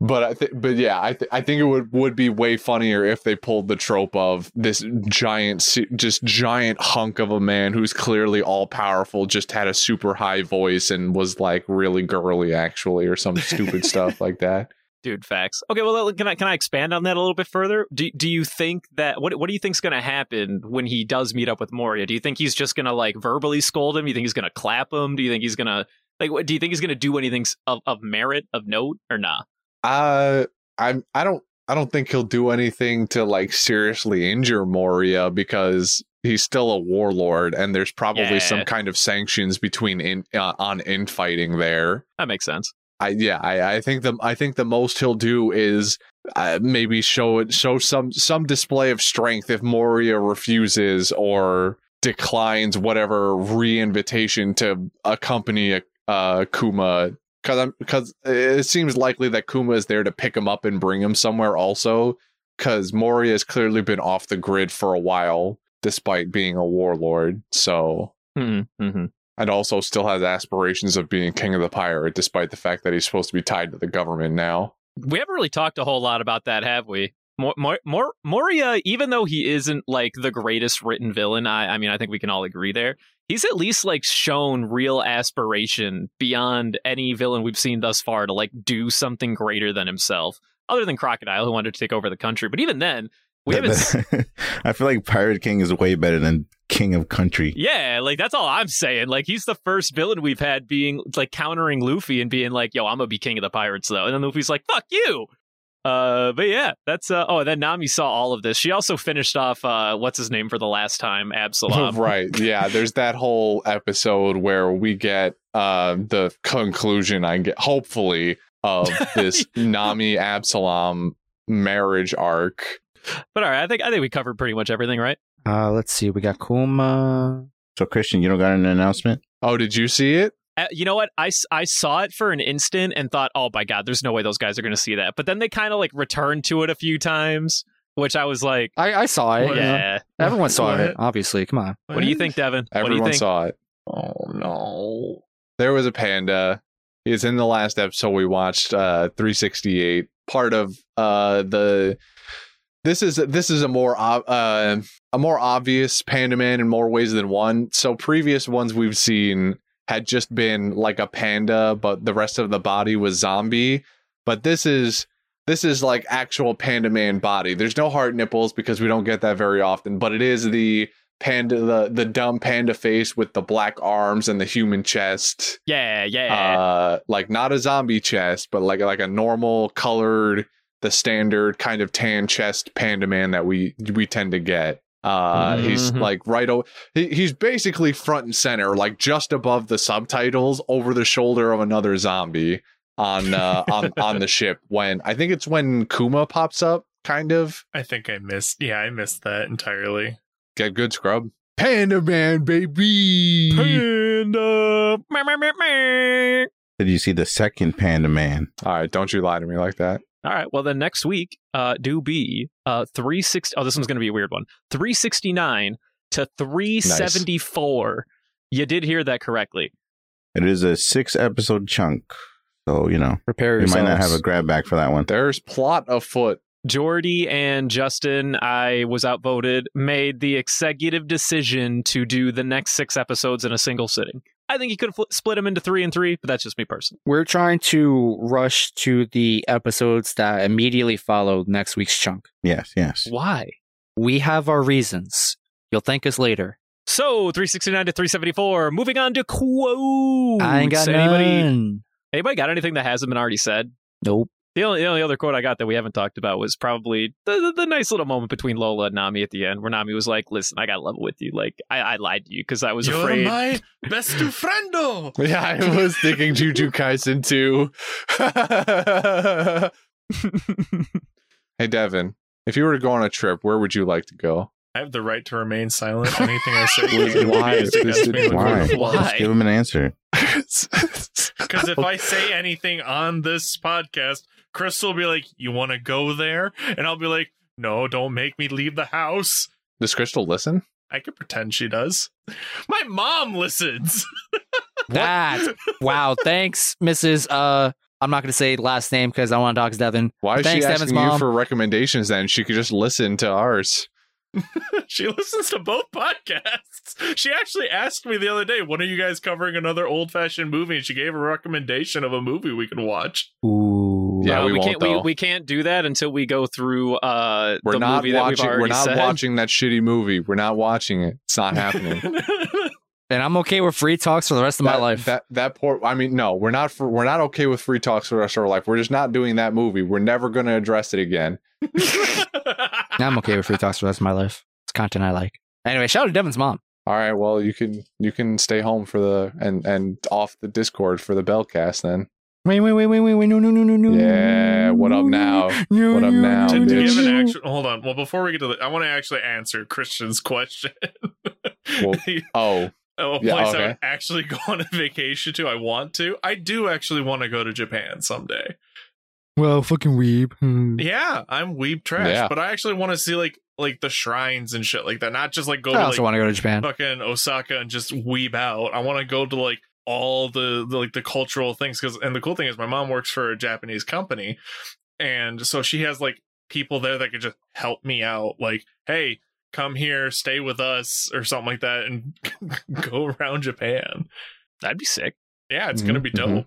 S1: But I th- but yeah, I th- I think it would would be way funnier if they pulled the trope of this giant, se- just giant hunk of a man who's clearly all powerful, just had a super high voice and was like really girly actually, or some stupid stuff like that.
S2: Dude, facts. Okay, well, can I can I expand on that a little bit further? Do do you think that what what do you think's going to happen when he does meet up with Moria? Do you think he's just going to like verbally scold him? Do you think he's going to clap him? Do you think he's going to like? What, do you think he's going to do anything s- of, of merit of note or nah?
S1: Uh, I'm. I don't. I don't think he'll do anything to like seriously injure Moria because he's still a warlord, and there's probably
S2: Yeah.
S1: some kind of sanctions between in uh, on infighting there.
S2: That makes sense.
S1: I yeah. I, I think the I think the most he'll do is uh, maybe show it show some some display of strength if Moria refuses or declines whatever re-invitation to accompany uh, Kuma because I'm because it seems likely that Kuma is there to pick him up and bring him somewhere also because Mori has clearly been off the grid for a while despite being a warlord so
S2: Mm-hmm.
S1: and also still has aspirations of being king of the pirate despite the fact that he's supposed to be tied to the government now
S2: We haven't really talked a whole lot about that, have we? Mor- Mor- Mor- Moria, even though he isn't like the greatest written villain, I, I mean, I think we can all agree there. He's at least like shown real aspiration beyond any villain we've seen thus far to like do something greater than himself, other than Crocodile, who wanted to take over the country. But even then, we haven't. s-
S4: I feel like Pirate King is way better than King of Country.
S2: yeah, like that's all I'm saying. Like he's the first villain we've had being like countering Luffy and being like, "Yo, I'm gonna be king of the pirates," though. And then Luffy's like, "Fuck you." Uh, but yeah, that's uh. Oh, and then Nami saw all of this. She also finished off uh, what's his name for the last time, Absalom.
S1: right yeah there's that whole episode where we get uh the conclusion i get hopefully of this nami absalom marriage arc
S2: But all right, I think I think we covered pretty much everything, right?
S3: Uh, let's see. We got Kuma.
S4: So Christian, you don't got an announcement?
S1: Oh, did you see it?
S2: Uh, you know what? I, s- I saw it for an instant and thought, oh my god, there's no way those guys are going to see that. But then they kind of like returned to it a few times, which I was like,
S3: I, I saw it. you know.
S2: yeah.
S3: Everyone saw it,
S2: What?
S3: obviously. Come on.
S2: What do you think, Devin? What do you
S1: Everyone
S2: think?
S1: saw it.
S5: Oh no.
S1: There was a panda. It's in the last episode we watched, uh, 368. Part of uh the this is this is a more ob- uh a more obvious panda man in more ways than one. So previous ones we've seen had just been like a panda, but the rest of the body was zombie. But this is this is like actual panda man body. There's no hard nipples because we don't get that very often, but it is the panda the the dumb panda face with the black arms and the human chest
S2: Yeah, yeah.
S1: uh like not a zombie chest but like like a normal colored the standard kind of tan chest panda man that we we tend to get uh he's
S2: Mhm.
S1: like right o- he, he's basically front and center like just above the subtitles over the shoulder of another zombie on uh on on the ship when i think it's when kuma pops up kind of
S5: I think I missed. Yeah, I missed that entirely.
S1: get good scrub panda man baby
S3: uh,
S2: Panda. Meow, meow, meow, meow.
S4: Did you see the second Panda Man?
S1: all right don't you lie to me like that
S2: All right. Well, then next week, uh, do be uh three sixty. Oh, this one's gonna be a weird one. Three sixty nine to three seventy four. You did hear that correctly.
S4: It is a six episode chunk. So, you know,
S3: Prepare
S4: you might
S3: yourselves.
S4: not have a grab back for that one.
S1: there's plot afoot
S2: Jordy and Justin, I was outvoted, made the executive decision to do the next six episodes in a single sitting. I think you could have fl- split them into three and three, but that's just me personally.
S3: We're trying to rush to the episodes that immediately follow next week's chunk.
S4: Yes, yes.
S2: Why?
S3: We have our reasons. You'll thank us later.
S2: So 369 to 374. Moving on to quotes.
S3: I ain't got
S2: anybody,
S3: none.
S2: anybody got anything that hasn't been already said?
S3: Nope.
S2: The only, the only other quote I got that we haven't talked about was probably the, the, the nice little moment between Lola and Nami at the end, where Nami was like, "Listen, I got level with you. Like, I, I lied to you because I was
S5: You're
S2: afraid."
S5: my best friendo.
S1: Yeah, I was thinking Juju Kaisen too. hey Devin, if you were to go on a trip, where would you like to go?
S5: I have the right to remain silent. Anything I say
S1: Why-
S5: can't be
S1: why
S5: used against me in the court
S4: Why?
S5: of law.
S4: Just give him an answer.
S5: Because
S1: Oh,
S5: if I say anything on this podcast, Chris will be like, "You want to go there?" and I'll be like, No, don't make me leave the house.
S1: Does Crystal listen?
S5: I can pretend she does. My mom listens.
S3: That wow. Thanks, Mrs. Uh, I'm not gonna say last name because I want to talk to Devin.
S1: Why is
S3: Thanks,
S1: she
S3: Devin's
S1: asking you
S3: mom.
S1: for recommendations then? She could just listen to ours.
S5: she listens to both podcasts. She actually asked me the other day, when are you guys covering another old fashioned movie? And she gave a recommendation of a movie we can watch.
S3: Ooh.
S1: Yeah,
S2: Uh,
S1: we, won't
S2: can't.
S1: though.
S2: We, we can't do that until we go through uh,
S1: are
S2: the
S1: not
S2: movie that
S1: watching.
S2: we've already
S1: We're not
S2: said.
S1: watching that shitty movie. We're not watching it. It's not happening.
S3: And I'm okay with free talks for the rest of my
S1: That-
S3: life.
S1: That that poor. I mean, no, we're not. For, we're not okay with free talks for the rest of our life. We're just not doing that movie. We're never going to address it again.
S3: I'm okay with free talks for the rest of my life. It's content I like. Anyway, shout out to Devin's mom.
S1: All right. Well, you can you can stay home for the and and off the Discord for the Bellcast then.
S3: Wait, wait, wait, wait, wait, wait, no, no, no, no, no.
S1: Yeah. What up now?
S3: No,
S1: What up
S3: no,
S1: now,
S3: no,
S5: to,
S3: no,
S5: to give
S1: Oh, bitch?
S5: an
S3: no.
S5: actual hold on well before we get to the i want to actually answer christian's question
S1: Well, oh,
S5: Oh, a place
S1: Yeah,
S5: I would
S1: okay.
S5: actually go on a vacation to. I want to. I do actually want to go to Japan someday.
S3: Well, fucking weeb. Hmm.
S5: Yeah, I'm weeb trash,
S1: Yeah.
S5: but I actually want to see like like the shrines and shit like that. Not just like go
S3: I
S5: to
S3: also
S5: like
S3: want to go to Japan.
S5: fucking Osaka and just weeb out. I want to go to like all the, the like the cultural things because and the cool thing is my mom works for a Japanese company, and so she has like people there that could just help me out. Like, hey, come here, stay with us, or something like that, and go around Japan.
S2: That'd be sick.
S5: Yeah, it's gonna be
S1: Mhm, mhm.
S5: dope.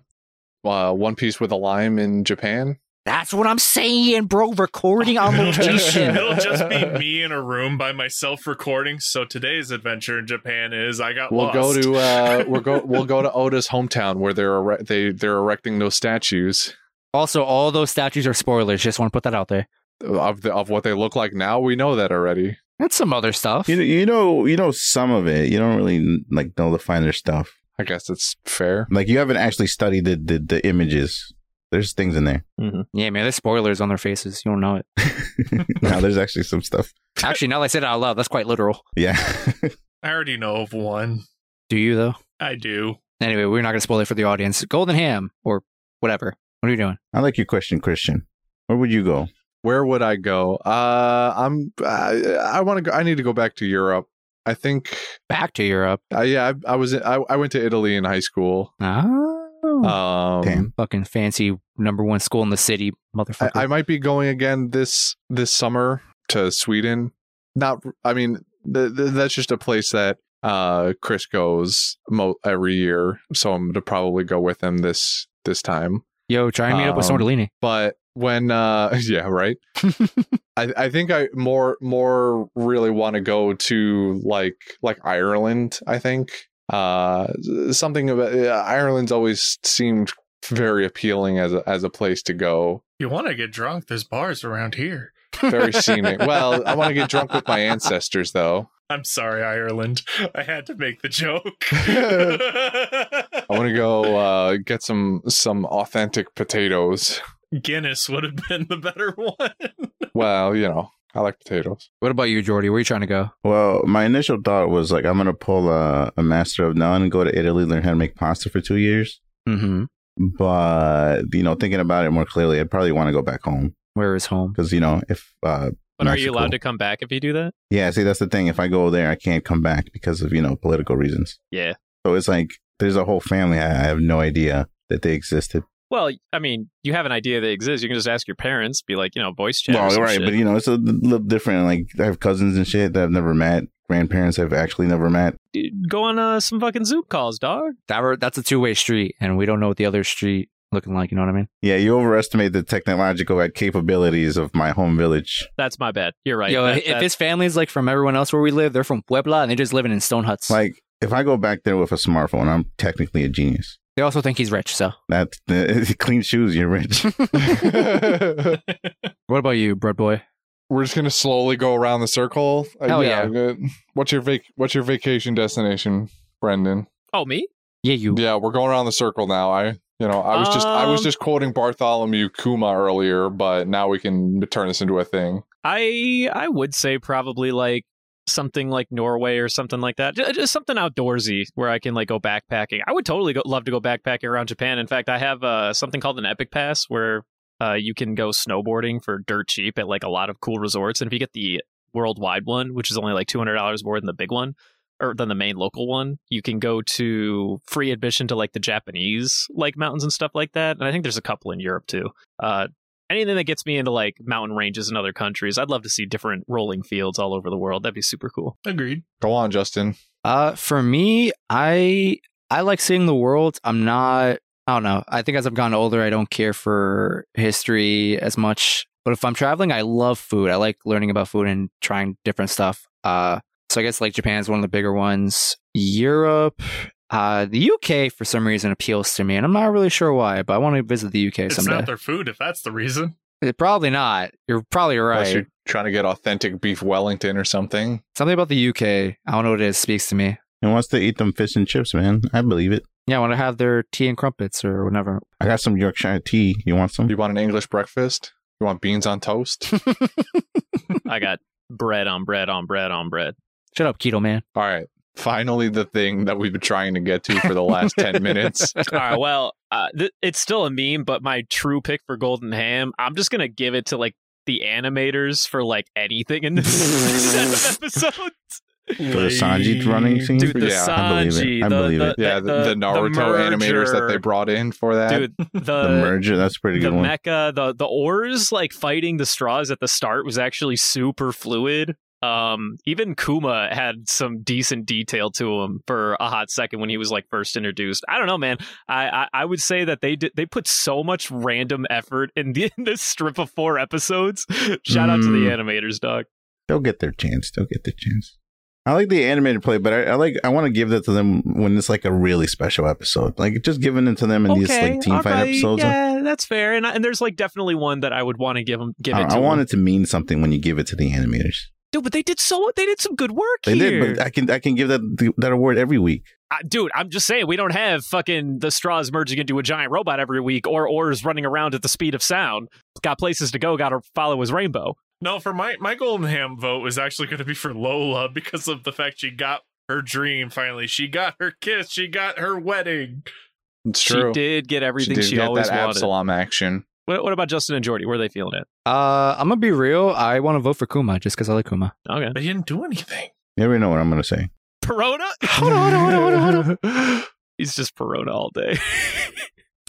S1: Uh, One Piece with a lime in Japan.
S3: That's what I'm saying, bro. Recording on
S5: It'll just,
S3: location.
S5: it'll just be me in a room by myself recording. So today's adventure in Japan is I got
S1: We'll
S5: lost.
S1: go to uh, we'll go we'll go to Oda's hometown where they're ere- they they're erecting those statues
S3: also, all those statues are spoilers. Just want to put that out there.
S1: of the, of what they look like now. We know that already.
S3: That's some other stuff.
S4: You, you know, you know some of it. You don't really like know the finer stuff.
S1: I guess it's fair.
S4: Like you haven't actually studied the the, the images. There's things in there.
S3: Yeah, man, there's spoilers on their faces. You don't know it.
S4: no, there's actually some stuff.
S3: Actually, now that I said it out loud, that's quite literal.
S4: Yeah.
S5: I already know of one.
S3: Do you though?
S5: I do.
S3: Anyway, we're not gonna spoil it for the audience. Golden ham or whatever. What are you doing?
S4: I like your question, Christian. Where would you go?
S1: Where would I go? Uh, I'm I, I want to go. I need to go back to Europe. I think.
S3: Back to Europe.
S1: Uh, yeah, I, I was I, I went to Italy in high school.
S3: Oh,
S1: Um,
S4: Damn.
S3: fucking fancy number one school in the city, motherfucker.
S1: I, I might be going again this this summer to Sweden. Not, I mean, th- th- that's just a place that uh, Chris goes mo- every year, so I'm gonna probably go with him this this time.
S3: Yo, try and meet up with
S1: Um,
S3: Sordellini.
S1: But when, uh, yeah, right. I, I think I more more really want to go to like like Ireland. I think uh, something about uh, Ireland's always seemed very appealing as a, as a place to go
S5: You want to get drunk? There's bars around here.
S1: very scenic. Well, I want to get drunk with my ancestors, though.
S5: I'm sorry, Ireland. I had to make the joke.
S1: I want to go uh, get some some authentic potatoes.
S5: Guinness would have been the better one.
S1: Well, you know, I like potatoes.
S3: What about you, Jordy? Where are you trying to go?
S4: Well, my initial thought was like I'm gonna pull a, a master of none and go to Italy, learn how to make pasta for two years.
S3: Mm-hmm.
S4: But you know, thinking about it more clearly, I'd probably want to go back home
S3: Where is home?
S4: because you know if uh,
S2: But are you
S4: Mexico-
S2: allowed to come back if you do that?
S4: Yeah, see, that's the thing. If I go there, I can't come back because of you know political reasons.
S2: Yeah.
S4: So it's like there's a whole family. I I have no idea that they existed.
S2: Well, I mean, you have an idea they exist. You can just ask your parents. Be like, you know, voice chat. or
S4: well,
S2: some
S4: right,
S2: shit.
S4: but you know, it's a little different. Like I have cousins and shit that I've never met, grandparents I've actually never met.
S2: Dude, go on uh, some fucking Zoom calls, dog.
S3: That were, that's a two way street, and we don't know what the other street looking like. You know what I mean?
S4: Yeah, you overestimate the technological capabilities of my home village.
S2: That's my bad. You're right.
S3: Yo,
S2: That-
S3: if
S2: that-
S3: his family's like from everyone else where we live, they're from Puebla and they're just living in stone huts.
S4: Like if I go back there with a smartphone, I'm technically a genius.
S3: they also think he's rich. So,
S4: That's clean shoes. You're rich.
S1: We're
S3: what about you, bread boy?
S1: just gonna slowly go around the circle. Uh,
S3: Hell
S1: uh, What's your vac- What's your vacation destination, Brendan?
S2: oh, me?
S3: Yeah, you.
S1: Yeah, we're going around the circle now. I, you know, I was just I was
S2: Um,
S1: just quoting Bartholomew Kuma earlier, but now we can turn this into a thing.
S2: I I would say probably like something like Norway or something like that. Ju- Just something outdoorsy where I can like go backpacking. I would totally go, love to go backpacking around Japan. In fact, I have uh, something called an Epic Pass where uh, you can go snowboarding for dirt cheap at like a lot of cool resorts. And if you get the worldwide one, which is only like two hundred dollars more than the big one or than the main local one, you can go to free admission to like the Japanese like mountains and stuff like that. And I think there's a couple in Europe too. Uh, anything that gets me into like mountain ranges in other countries, I'd love to see different rolling fields all over the world. That'd be super cool.
S5: Agreed.
S1: Go on, Justin.
S3: Uh, for me, I I like seeing the world. I'm not. I don't know. I think as I've gotten older, I don't care for history as much. But if I'm traveling, I love food. I like learning about food and trying different stuff. Uh, so I guess like Japan's one of the bigger ones. Europe, uh, the UK for some reason appeals to me, and I'm not really sure why. But I want to visit the UK
S5: It's
S3: someday. Eh,
S5: not their food if that's the reason.
S3: Probably not. You're probably
S1: Unless
S3: right.
S1: you're trying to get authentic beef Wellington or something.
S3: Something about the UK. I don't know what it is. Speaks to me.
S4: He wants to eat them fish and chips, man. I believe it.
S3: Yeah, I want to have their tea and crumpets or whatever.
S4: I got some Yorkshire tea. You want some?
S1: You want an English breakfast? You want beans on toast?
S2: I got bread on bread on bread on bread.
S3: Shut up, keto man.
S1: All right. Finally, the thing that we've been trying to get to for the last 10 minutes.
S2: All right. Well, uh, th- it's still a meme, but my true pick for Golden Ham, I'm just gonna give it to like the animators for like anything in this set of episodes.
S4: For the Sanji running scene?
S2: Dude, the
S4: Yeah, I believe
S2: Sanji,
S4: it. I
S2: the-
S4: believe
S2: Uh, the-
S4: it.
S1: yeah, the, the Naruto animators that they
S2: merger.
S1: brought in for that.
S2: dude, the,
S4: The merger, that's a pretty
S2: Uh, the
S4: good one.
S2: mecha, the the oars like fighting the straws at the start was actually super fluid. Um, even Kuma had some decent detail to him for a hot second when he was like first introduced. I don't know, man. I I, I would say that they did they put so much random effort in, the, in this strip of four episodes. Shout out to the
S4: Mm.
S2: animators, dog.
S4: They'll get their chance. They'll get their chance. I like the animated play, but I, I like I want to give that to them when it's like a really special episode. Like just giving it to them in these like team
S2: all
S4: fight
S2: right,
S4: episodes.
S2: Yeah, that's fair. And I- and there's like definitely one that I would want to give them give
S4: I,
S2: it
S4: I
S2: to.
S4: want
S2: 'em.
S4: it to mean something when you give it to the animators.
S2: dude, but they did so they did some good work
S4: They
S2: here.
S4: did, but I can I can give that that award every week.
S2: I, dude, I'm just saying we don't have fucking the straws merging into a giant robot every week or oars running around at the speed of sound. Got places to go, got to follow his rainbow.
S5: No, for my my golden ham vote is actually going to be for Lola because of the fact she got her dream finally. She got her kiss. She got her wedding.
S1: It's true.
S2: She did get everything she,
S1: did get
S2: always
S1: that
S2: wanted.
S1: Absalom action.
S2: What, what about Justin and Jordy? Where are they feeling it?
S3: Uh, I'm gonna be real. I want to vote for Kuma just because I like Kuma.
S2: Okay.
S5: They didn't do anything.
S4: You never know what I'm gonna say.
S2: Perona? Hold on, hold on, hold on, hold on. He's just Perona all day.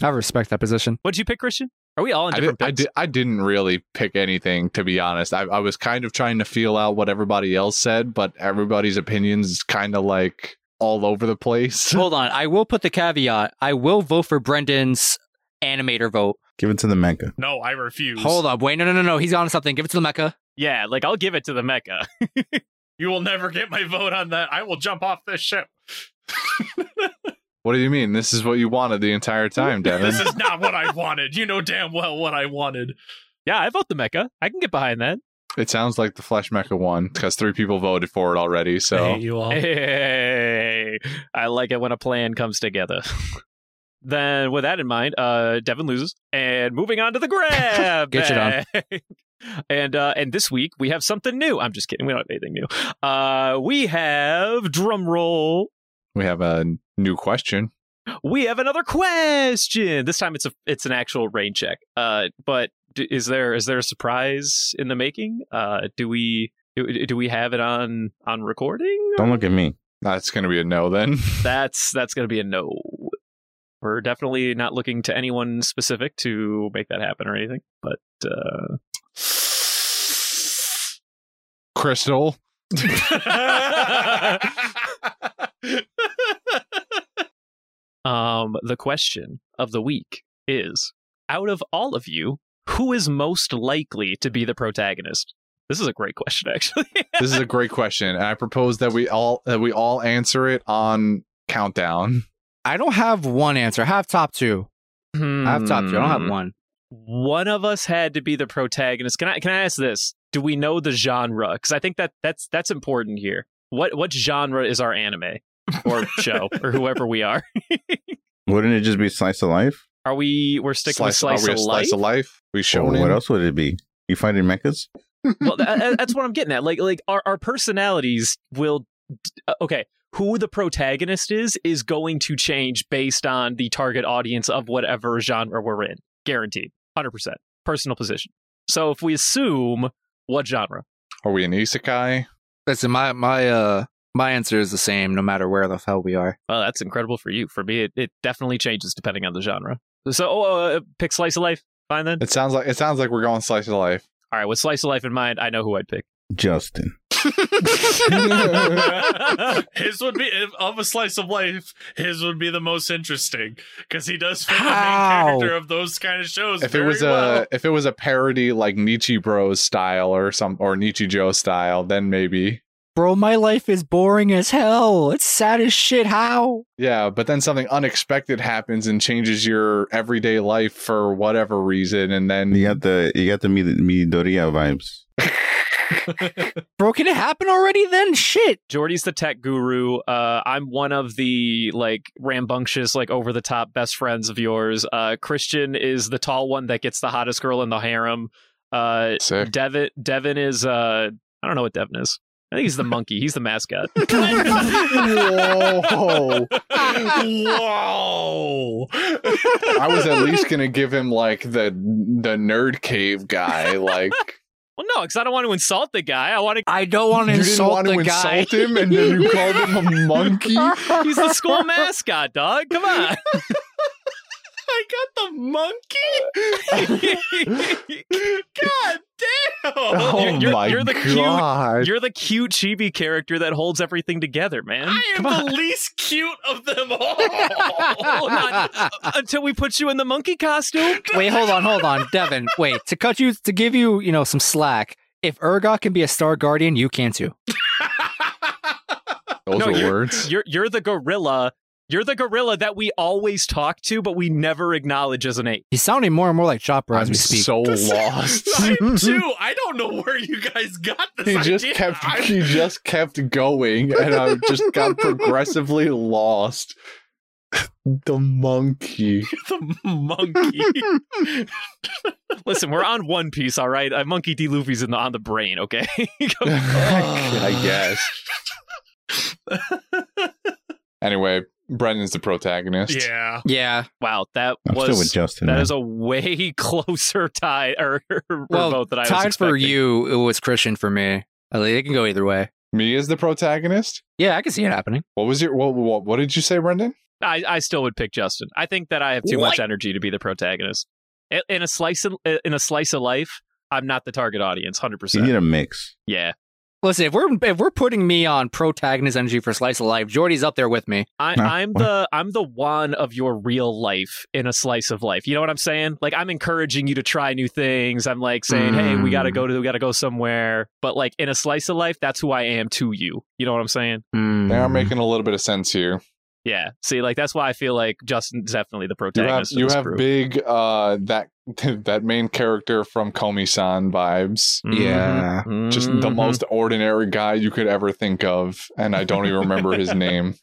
S3: I respect that position.
S2: What'd you pick, Christian? Are we all in
S1: I,
S2: different
S1: did, I,
S2: picks?
S1: did, I didn't really pick anything, to be honest. I, I was kind of trying to feel out what everybody else said, but everybody's opinions kind of like all over the place.
S3: Hold on. I will put the caveat. I will vote for Brendan's animator vote.
S4: Give it to the mecha.
S5: No, I refuse.
S3: Hold up. Wait. No. No. No. No. He's on to something. Give it to the mecha.
S2: Yeah, like I'll give it to the mecha.
S5: You will never get my vote on that. I will jump off this ship.
S1: What do you mean? This is what you wanted the entire time, Devin.
S5: This is not what I wanted. You know damn well what I wanted.
S2: yeah, I vote the mecha. I can get behind that.
S1: it sounds like the Flesh Mecha one because three people voted for it already. So
S5: I hate you all.
S2: Hey, I like it when a plan comes together. then, with that in mind, uh, Devin loses, and moving on to the grab.
S3: Get shit on.
S2: bag. And uh, and this week we have something new. I'm just kidding. We don't have anything new. Uh, we have drum roll.
S1: we have a new question.
S2: We have another question. This time it's a it's an actual rain check. Uh, but d- is there is there a surprise in the making? Uh, do we do, do we have it on on recording?
S4: Don't look at me.
S1: That's going to be a no then.
S2: that's that's going to be a no. We're definitely not looking to anyone specific to make that happen or anything. But uh,
S1: Crystal,
S2: um, the question of the week is: out of all of you, who is most likely to be the protagonist? This is a great question, actually.
S1: this is a great question, and I propose that we all that we all answer it on countdown.
S3: I don't have one answer. I have top two. I have top two. I don't have one.
S2: one of us had to be the protagonist. Can I can I ask this? Do we know the genre? Because I think that that's that's important here. What what genre is our anime or show or whoever we are?
S4: Wouldn't it just be slice of life?
S2: Are we we're sticking with slice,
S1: are we
S2: of
S1: a slice of
S2: life?
S1: life? We
S4: Or
S1: shown
S4: what else would it be? You fighting mechas?
S2: well, tha- tha- that's what I'm getting at. Like like our our personalities will. d- uh, Okay, who the protagonist is is going to change based on the target audience of whatever genre we're in. Guaranteed, hundred percent. personal position. So if we assume what genre?
S1: Are we an isekai?
S3: Listen, my my uh my answer is the same no matter where the hell we are.
S2: Well, that's incredible for you. For me, it, it definitely changes depending on the genre. So oh, uh, pick slice of life. Fine then.
S1: It sounds like it sounds like we're going slice of life.
S2: All right, with slice of life in mind, I know who I'd pick.
S4: Justin.
S5: his would be if- of a slice of life. His would be the most interesting because he does fit
S1: How?
S5: the main character of those kind of shows.
S1: If it was uh, a
S5: very well.
S1: if it was a parody like Nietzsche Bros style or some or Nietzsche Joe style, then maybe.
S3: Bro, my life is boring as hell. It's sad as shit. How?
S1: Yeah, but then something unexpected happens and changes your everyday life for whatever reason, and then
S4: You got the you got the Mid- Midoriya vibes.
S3: Bro, can it happen already then? Shit.
S2: Jordy's the tech guru. Uh, I'm one of the like rambunctious, like over the top best friends of yours. Uh, Christian is the tall one that gets the hottest girl in the harem. Uh,
S1: Sick.
S2: Devin Devin is uh, I don't know what Devin is. I think he's the monkey. He's the mascot.
S1: Whoa.
S5: Whoa!
S1: I was at least gonna give him like the the nerd cave guy. Like
S2: Well, no, because I don't want to insult the guy. I want to.
S3: I don't want to
S1: you didn't
S3: insult
S1: want
S3: the
S1: to
S3: guy.
S1: insult him, and then you called him a monkey.
S2: He's the school mascot, dog. Come on.
S5: I got the monkey. God damn!
S1: Oh
S2: You're- you're-
S1: my
S2: you're the cute-
S1: god!
S2: You're the cute chibi character that holds everything together, man.
S5: I am
S2: Come on.
S5: the least cute of them all.
S2: Not- until we put you in the monkey costume.
S3: Wait, hold on, hold on, Devin. Wait, to cut you, to give you, you know, some slack. If Urgot can be a Star Guardian, you can too.
S1: Those
S2: No,
S1: were
S2: you're-
S1: words.
S2: You're you're the gorilla. You're the gorilla that we always talk to, but we never acknowledge as an ape.
S3: He's sounding more and more like Chopper as
S1: I'm
S3: we speak.
S1: so lost.
S5: I am too. I don't know where you guys got this.
S1: He just
S5: idea.
S1: kept
S5: I'm-
S1: he just kept going, and I just got progressively lost. The monkey.
S5: the monkey.
S2: Listen, we're on One Piece, all right. Uh, Monkey D. Luffy's in the, on the brain, okay? Come on.
S1: I guess. Anyway, Brendan's the protagonist.
S5: yeah.
S3: yeah.
S2: wow, that
S4: I'm still with
S2: was
S4: Justin.
S2: that
S4: man.
S2: is a way closer tie or, or
S3: Well,
S2: vote than I was
S3: Tied for
S2: expecting.
S3: you, it was Christian for me. I mean, it can go either way.
S1: Me as the protagonist.
S3: Yeah, I can see it happening.
S1: What was your what? What, what did you say, Brendan?
S2: I, I still would pick Justin. I think that I have too much energy to be the protagonist. In, in a slice of, in a slice of life, I'm not the target audience, hundred
S4: you need
S2: percent.
S4: a mix.
S2: Yeah,
S3: Listen, if we're if we're putting me on protagonist energy for slice of life, Jordy's up there with me.
S2: I,
S4: Nah,
S2: I'm
S4: what?
S2: the I'm the one of your real life in a slice of life. You know what I'm saying? Like I'm encouraging you to try new things. I'm like saying, hey, we
S4: Mm.
S2: gotta go to we gotta go somewhere. But like in a slice of life, that's who I am to you. You know what I'm saying?
S1: They
S3: Mm-hmm.
S1: are
S2: Hmm.
S1: making a little bit of sense here.
S2: Yeah. See, like that's why I feel like Justin's definitely the
S1: You have
S2: protagonist. of
S1: you
S2: this
S1: have
S2: group.
S1: big uh that that main character from Komi-san vibes.
S3: Yeah.
S2: Mhm.
S1: Just the
S3: Mm-hmm.
S2: Mhm.
S1: most ordinary guy you could ever think of, and I don't even remember his name.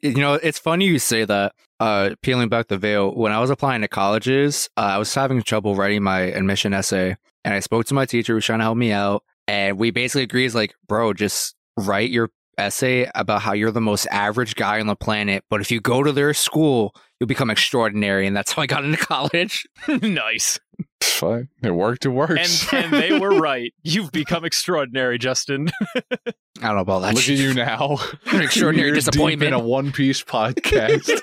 S3: You know, it's funny you say that. Uh, peeling back the veil. When I was applying to colleges, uh, I was having trouble writing my admission essay, and I spoke to my teacher who was trying to help me out, and we basically agreed, it's like, bro, just write your essay about how you're the most average guy on the planet, but if you go to their school, you'll become extraordinary, and that's how I got into college.
S2: nice.
S1: Fuck, it worked. It
S2: And
S1: works.
S2: and they were right. You've become extraordinary, Justin.
S3: I don't know about that.
S1: Look at you now.
S3: An extraordinary
S1: You're deep
S3: disappointment.
S1: in a One Piece podcast.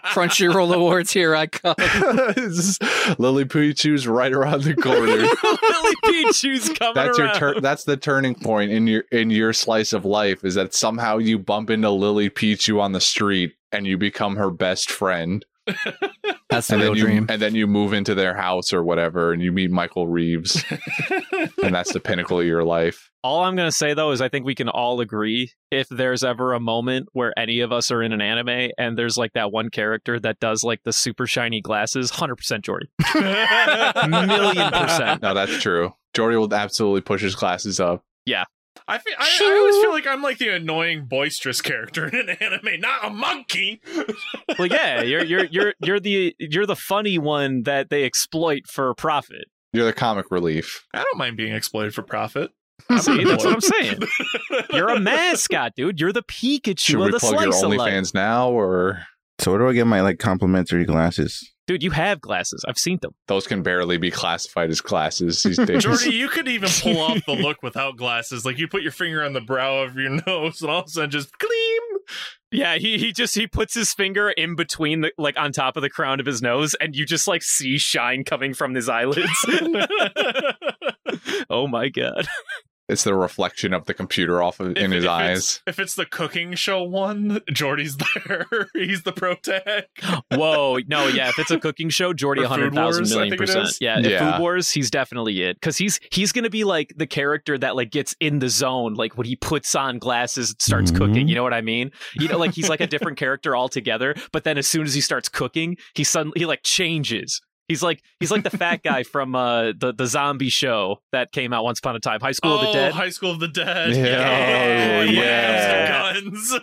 S3: Crunchyroll Awards, here I come.
S1: This is- Lily Pichu's right around the corner.
S2: Lily Pichu's coming
S1: That's your
S2: around.
S1: tur- that's the turning point in your in your slice of life is that somehow you bump into Lily Pichu on the street and you become her best friend.
S3: That's the
S1: And
S3: real
S1: then you
S3: dream.
S1: and then you move into their house or whatever and you meet Michael Reeves and that's the pinnacle of your life.
S2: All I'm going to say though is I think we can all agree if there's ever a moment where any of us are in an anime and there's like that one character that does like the super shiny glasses, 100% Jordy. Million percent.
S1: No, that's true. Jordy will absolutely push his glasses up.
S5: I, feel, I, I always feel like I'm like the annoying, boisterous character in an anime, not a monkey.
S2: Well, yeah, you're you're you're you're the you're the funny one that they exploit for profit.
S1: You're the comic relief.
S5: I don't mind being exploited for profit.
S2: See, that's what I'm saying. You're a mascot, dude. You're the Pikachu
S1: Should
S2: of
S1: we
S2: the
S1: plug your
S2: slice of life.
S1: OnlyFans now or
S4: So where do I get my like complimentary glasses?
S2: Dude, you have glasses. I've seen them.
S1: Those can barely be classified as classes these days.
S5: Jordy, you could even pull off the look without glasses. Like you put your finger on the brow of your nose, and all of a sudden, just gleam.
S2: Yeah, he he just he puts his finger in between the like on top of the crown of his nose, and you just like see shine coming from his eyelids. oh my god.
S1: It's the reflection of the computer off of, in his
S5: if
S1: eyes.
S5: It's, if it's the cooking show one, Jordy's there. He's the pro tag.
S2: Whoa, no, yeah. If it's a cooking show, Jordy
S5: Or Food
S2: 100,000
S5: Wars, I
S2: million
S5: think it
S2: percent.
S5: is.
S2: Yeah, if
S1: Yeah.
S2: Food Wars, he's definitely it. Because he's he's going to be like the character that like gets in the zone, like when he puts on glasses and starts cooking. You know what I mean? You know, like he's like a different character altogether. But then as soon as he starts cooking, he suddenly he like changes. He's like he's like the fat guy from uh, the the zombie show that came out once upon a time, High School of
S5: Oh,
S2: the Dead.
S5: High School of the Dead.
S1: Yeah. Oh,
S5: yeah.
S1: yeah.
S5: Guns.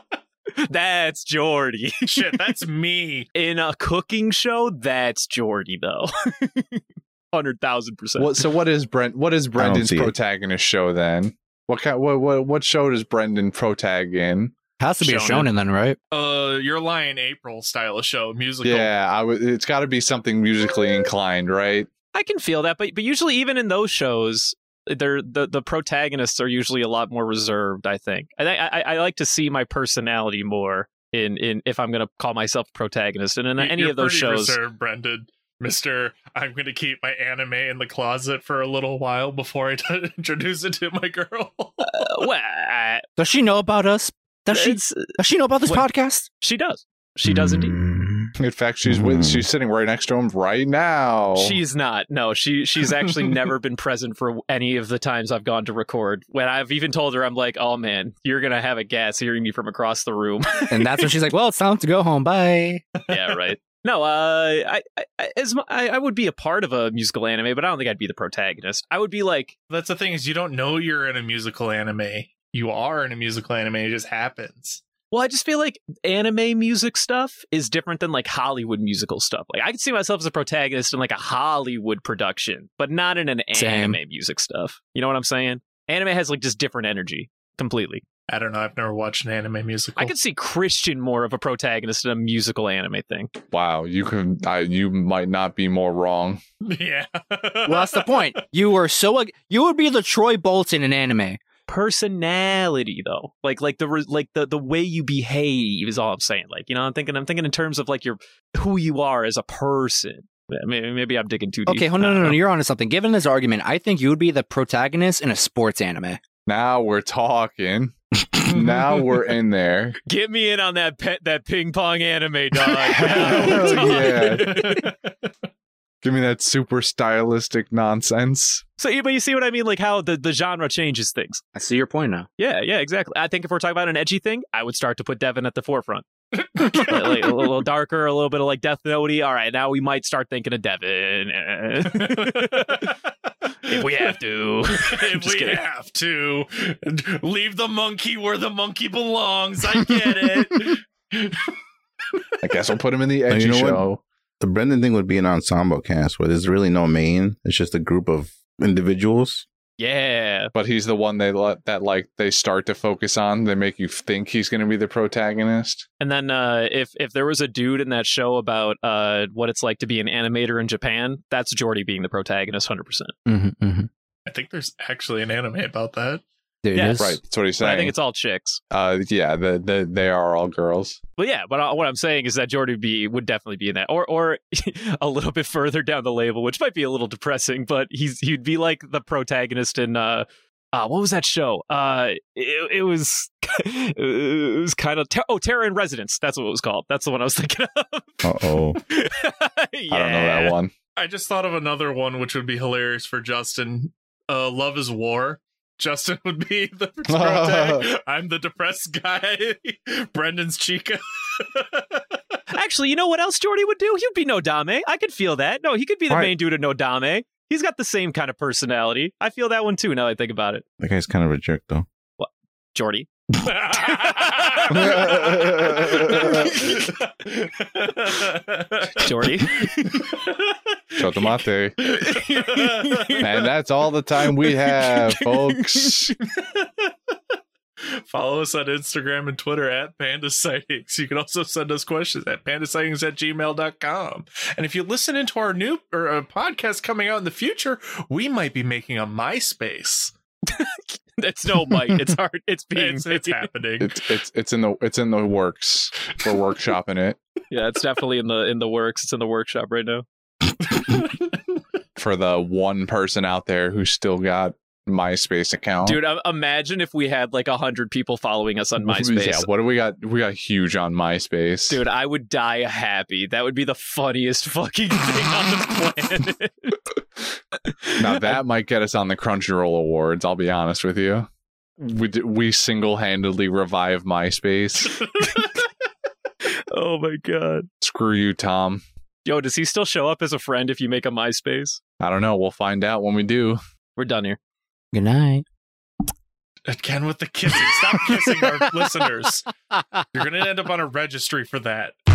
S2: that's Jordy.
S5: Shit, that's me.
S2: in a cooking show, that's Jordy though. Hundred thousand percent.
S1: What, so what is Brent? What is Brendan's
S4: see it.
S1: protagonist show then? What kind? What what what show does Brendan protag in?
S3: Has to be
S5: Shonen.
S3: a shonen then, right?
S5: Uh, you're lying. April style of show musical.
S1: Yeah, I w- it's got to be something musically inclined, right?
S2: I can feel that, but but usually even in those shows, they're the the protagonists are usually a lot more reserved. I think, and I I, I like to see my personality more in in if I'm going to call myself a protagonist, and in
S5: You-
S2: any
S5: you're
S2: of those
S5: pretty
S2: shows,
S5: reserved, Brendan. Mister, I'm going to keep my anime in the closet for a little while before I introduce it to my girl.
S2: uh, well, I-
S3: Does she know about us? Does she?
S2: it's-
S3: Does she know about this
S2: Wait.
S3: podcast?
S2: she does, she does indeed.
S1: In fact, she's with,
S4: Mm.
S1: she's sitting right next to him right now.
S2: She's not. No, she she's actually never been present for any of the times I've gone to record. When I've even told her, I'm like, "Oh man, you're gonna have a gas hearing you from across the room."
S3: And that's when she's like, "Well, it's time to go home. Bye."
S2: yeah, right. No, uh, I, I, I- as mu- I, I would be a part of a musical anime, but I don't think I'd be the protagonist. I would be like,
S5: That's the thing is you don't know you're in a musical anime. You are in a musical anime. It just happens.
S2: well, I just feel like anime music stuff is different than like Hollywood musical stuff. Like I could see myself as a protagonist in like a Hollywood production, but not in an
S3: Same.
S2: anime music stuff. You know what I'm saying? Anime has like just different energy completely.
S5: I don't know. I've never watched an anime musical.
S2: I could see Christian more of a protagonist in a musical anime thing.
S1: wow. You can I, you might not be more wrong.
S5: yeah.
S3: Well, that's the point. You were so ag- you would be the Troy Bolton in anime.
S2: personality though like like the re- like the the way you behave is all i'm saying like you know i'm thinking i'm thinking in terms of like your who you are as a person Yeah, maybe, maybe i'm digging too deep
S3: Okay, hold
S2: I
S3: on, no,
S2: don't
S3: no, no,
S2: know.
S3: you're onto something. Given this argument, I think you would be the protagonist in a sports anime.
S1: Now we're talking. now we're in there.
S2: get me in on that pet that ping pong anime dog
S1: Hell yeah. Give me that super stylistic nonsense.
S2: so you- but you see what i mean like how the, the genre changes things
S3: I see your point now.
S2: yeah yeah exactly i think if we're talking about an edgy thing i would start to put devin at the forefront like, like a little darker a little bit of like death notey all right now we might start thinking of devin if we have to
S5: if
S2: Just
S5: we
S2: kidding.
S5: have to leave the monkey where the monkey belongs. I get it.
S1: I guess I'll put him in the
S4: Oh, you
S1: edgy
S4: know what?
S1: show.
S4: The Brendan thing would be an ensemble cast where there's really no main. It's just a group of individuals.
S2: Yeah.
S1: But he's the one they let that like they start to focus on. They make you think he's going to be the protagonist.
S2: And then uh, if if there was a dude in that show about uh, what it's like to be an animator in Japan, that's Jordy being the protagonist, hundred percent.
S3: Mm-hmm,
S5: I think there's actually an anime about that.
S3: There
S2: Yeah,
S3: it is.
S1: Right. That's what he's
S2: But
S1: saying.
S2: I think it's all chicks.
S1: uh, yeah, the, the they are all girls.
S2: But yeah, but I, what I'm saying is that Jordy would be would definitely be in that, or or a little bit further down the label, which might be a little depressing. But he's he'd be like the protagonist in uh, uh what was that show? Uh, it, it was it was kind of ter- oh Terror in Residence. That's what it was called. That's the one I was thinking of.
S4: Uh oh.
S1: I don't know
S2: Yeah.
S1: that one.
S5: I just thought of another one which would be hilarious for Justin. Uh, Love is War. Justin would be the protagonist. I'm the depressed guy. Brendan's Chica.
S2: Actually, you know what else Jordy would do? He'd be Nodame. I could feel that. No, he could be the
S4: Right.
S2: main dude of Nodame. He's got the same kind of personality. I feel that one too now that I think about it.
S4: That guy's kind of a jerk, though.
S2: Jordy. Jordy.
S1: Chotomate. and that's all the time we have, folks.
S5: Follow us on Instagram and Twitter at Panda Sightings. You can also send us questions at pandasightings at gmail.com. And if you listen into our new or uh, podcast coming out in the future, we might be making a MySpace.
S2: That's no Mike. It's hard. It's being.
S5: It's, it's happening.
S1: It's it's it's in the it's in the works. We're workshopping it
S2: yeah, it's definitely in the in the works. It's in the workshop right now.
S1: for the one person out there who's still got MySpace account.
S2: Dude, I- imagine if we had like a hundred people following us on MySpace.
S1: Yeah, what do we got? We got huge on MySpace.
S2: Dude, I would die happy. That would be the funniest fucking thing on the planet.
S1: Now that might get us on the Crunchyroll Awards. I'll be honest with you. We d- we single handedly revive MySpace.
S2: oh my god.
S1: Screw you, Tom.
S2: Yo, does he still show up as a friend if you make a MySpace?
S1: I don't know. We'll find out when we do.
S2: We're done here.
S3: Good night.
S5: Again with the kissing. Stop kissing our listeners. You're going to end up on a registry for that.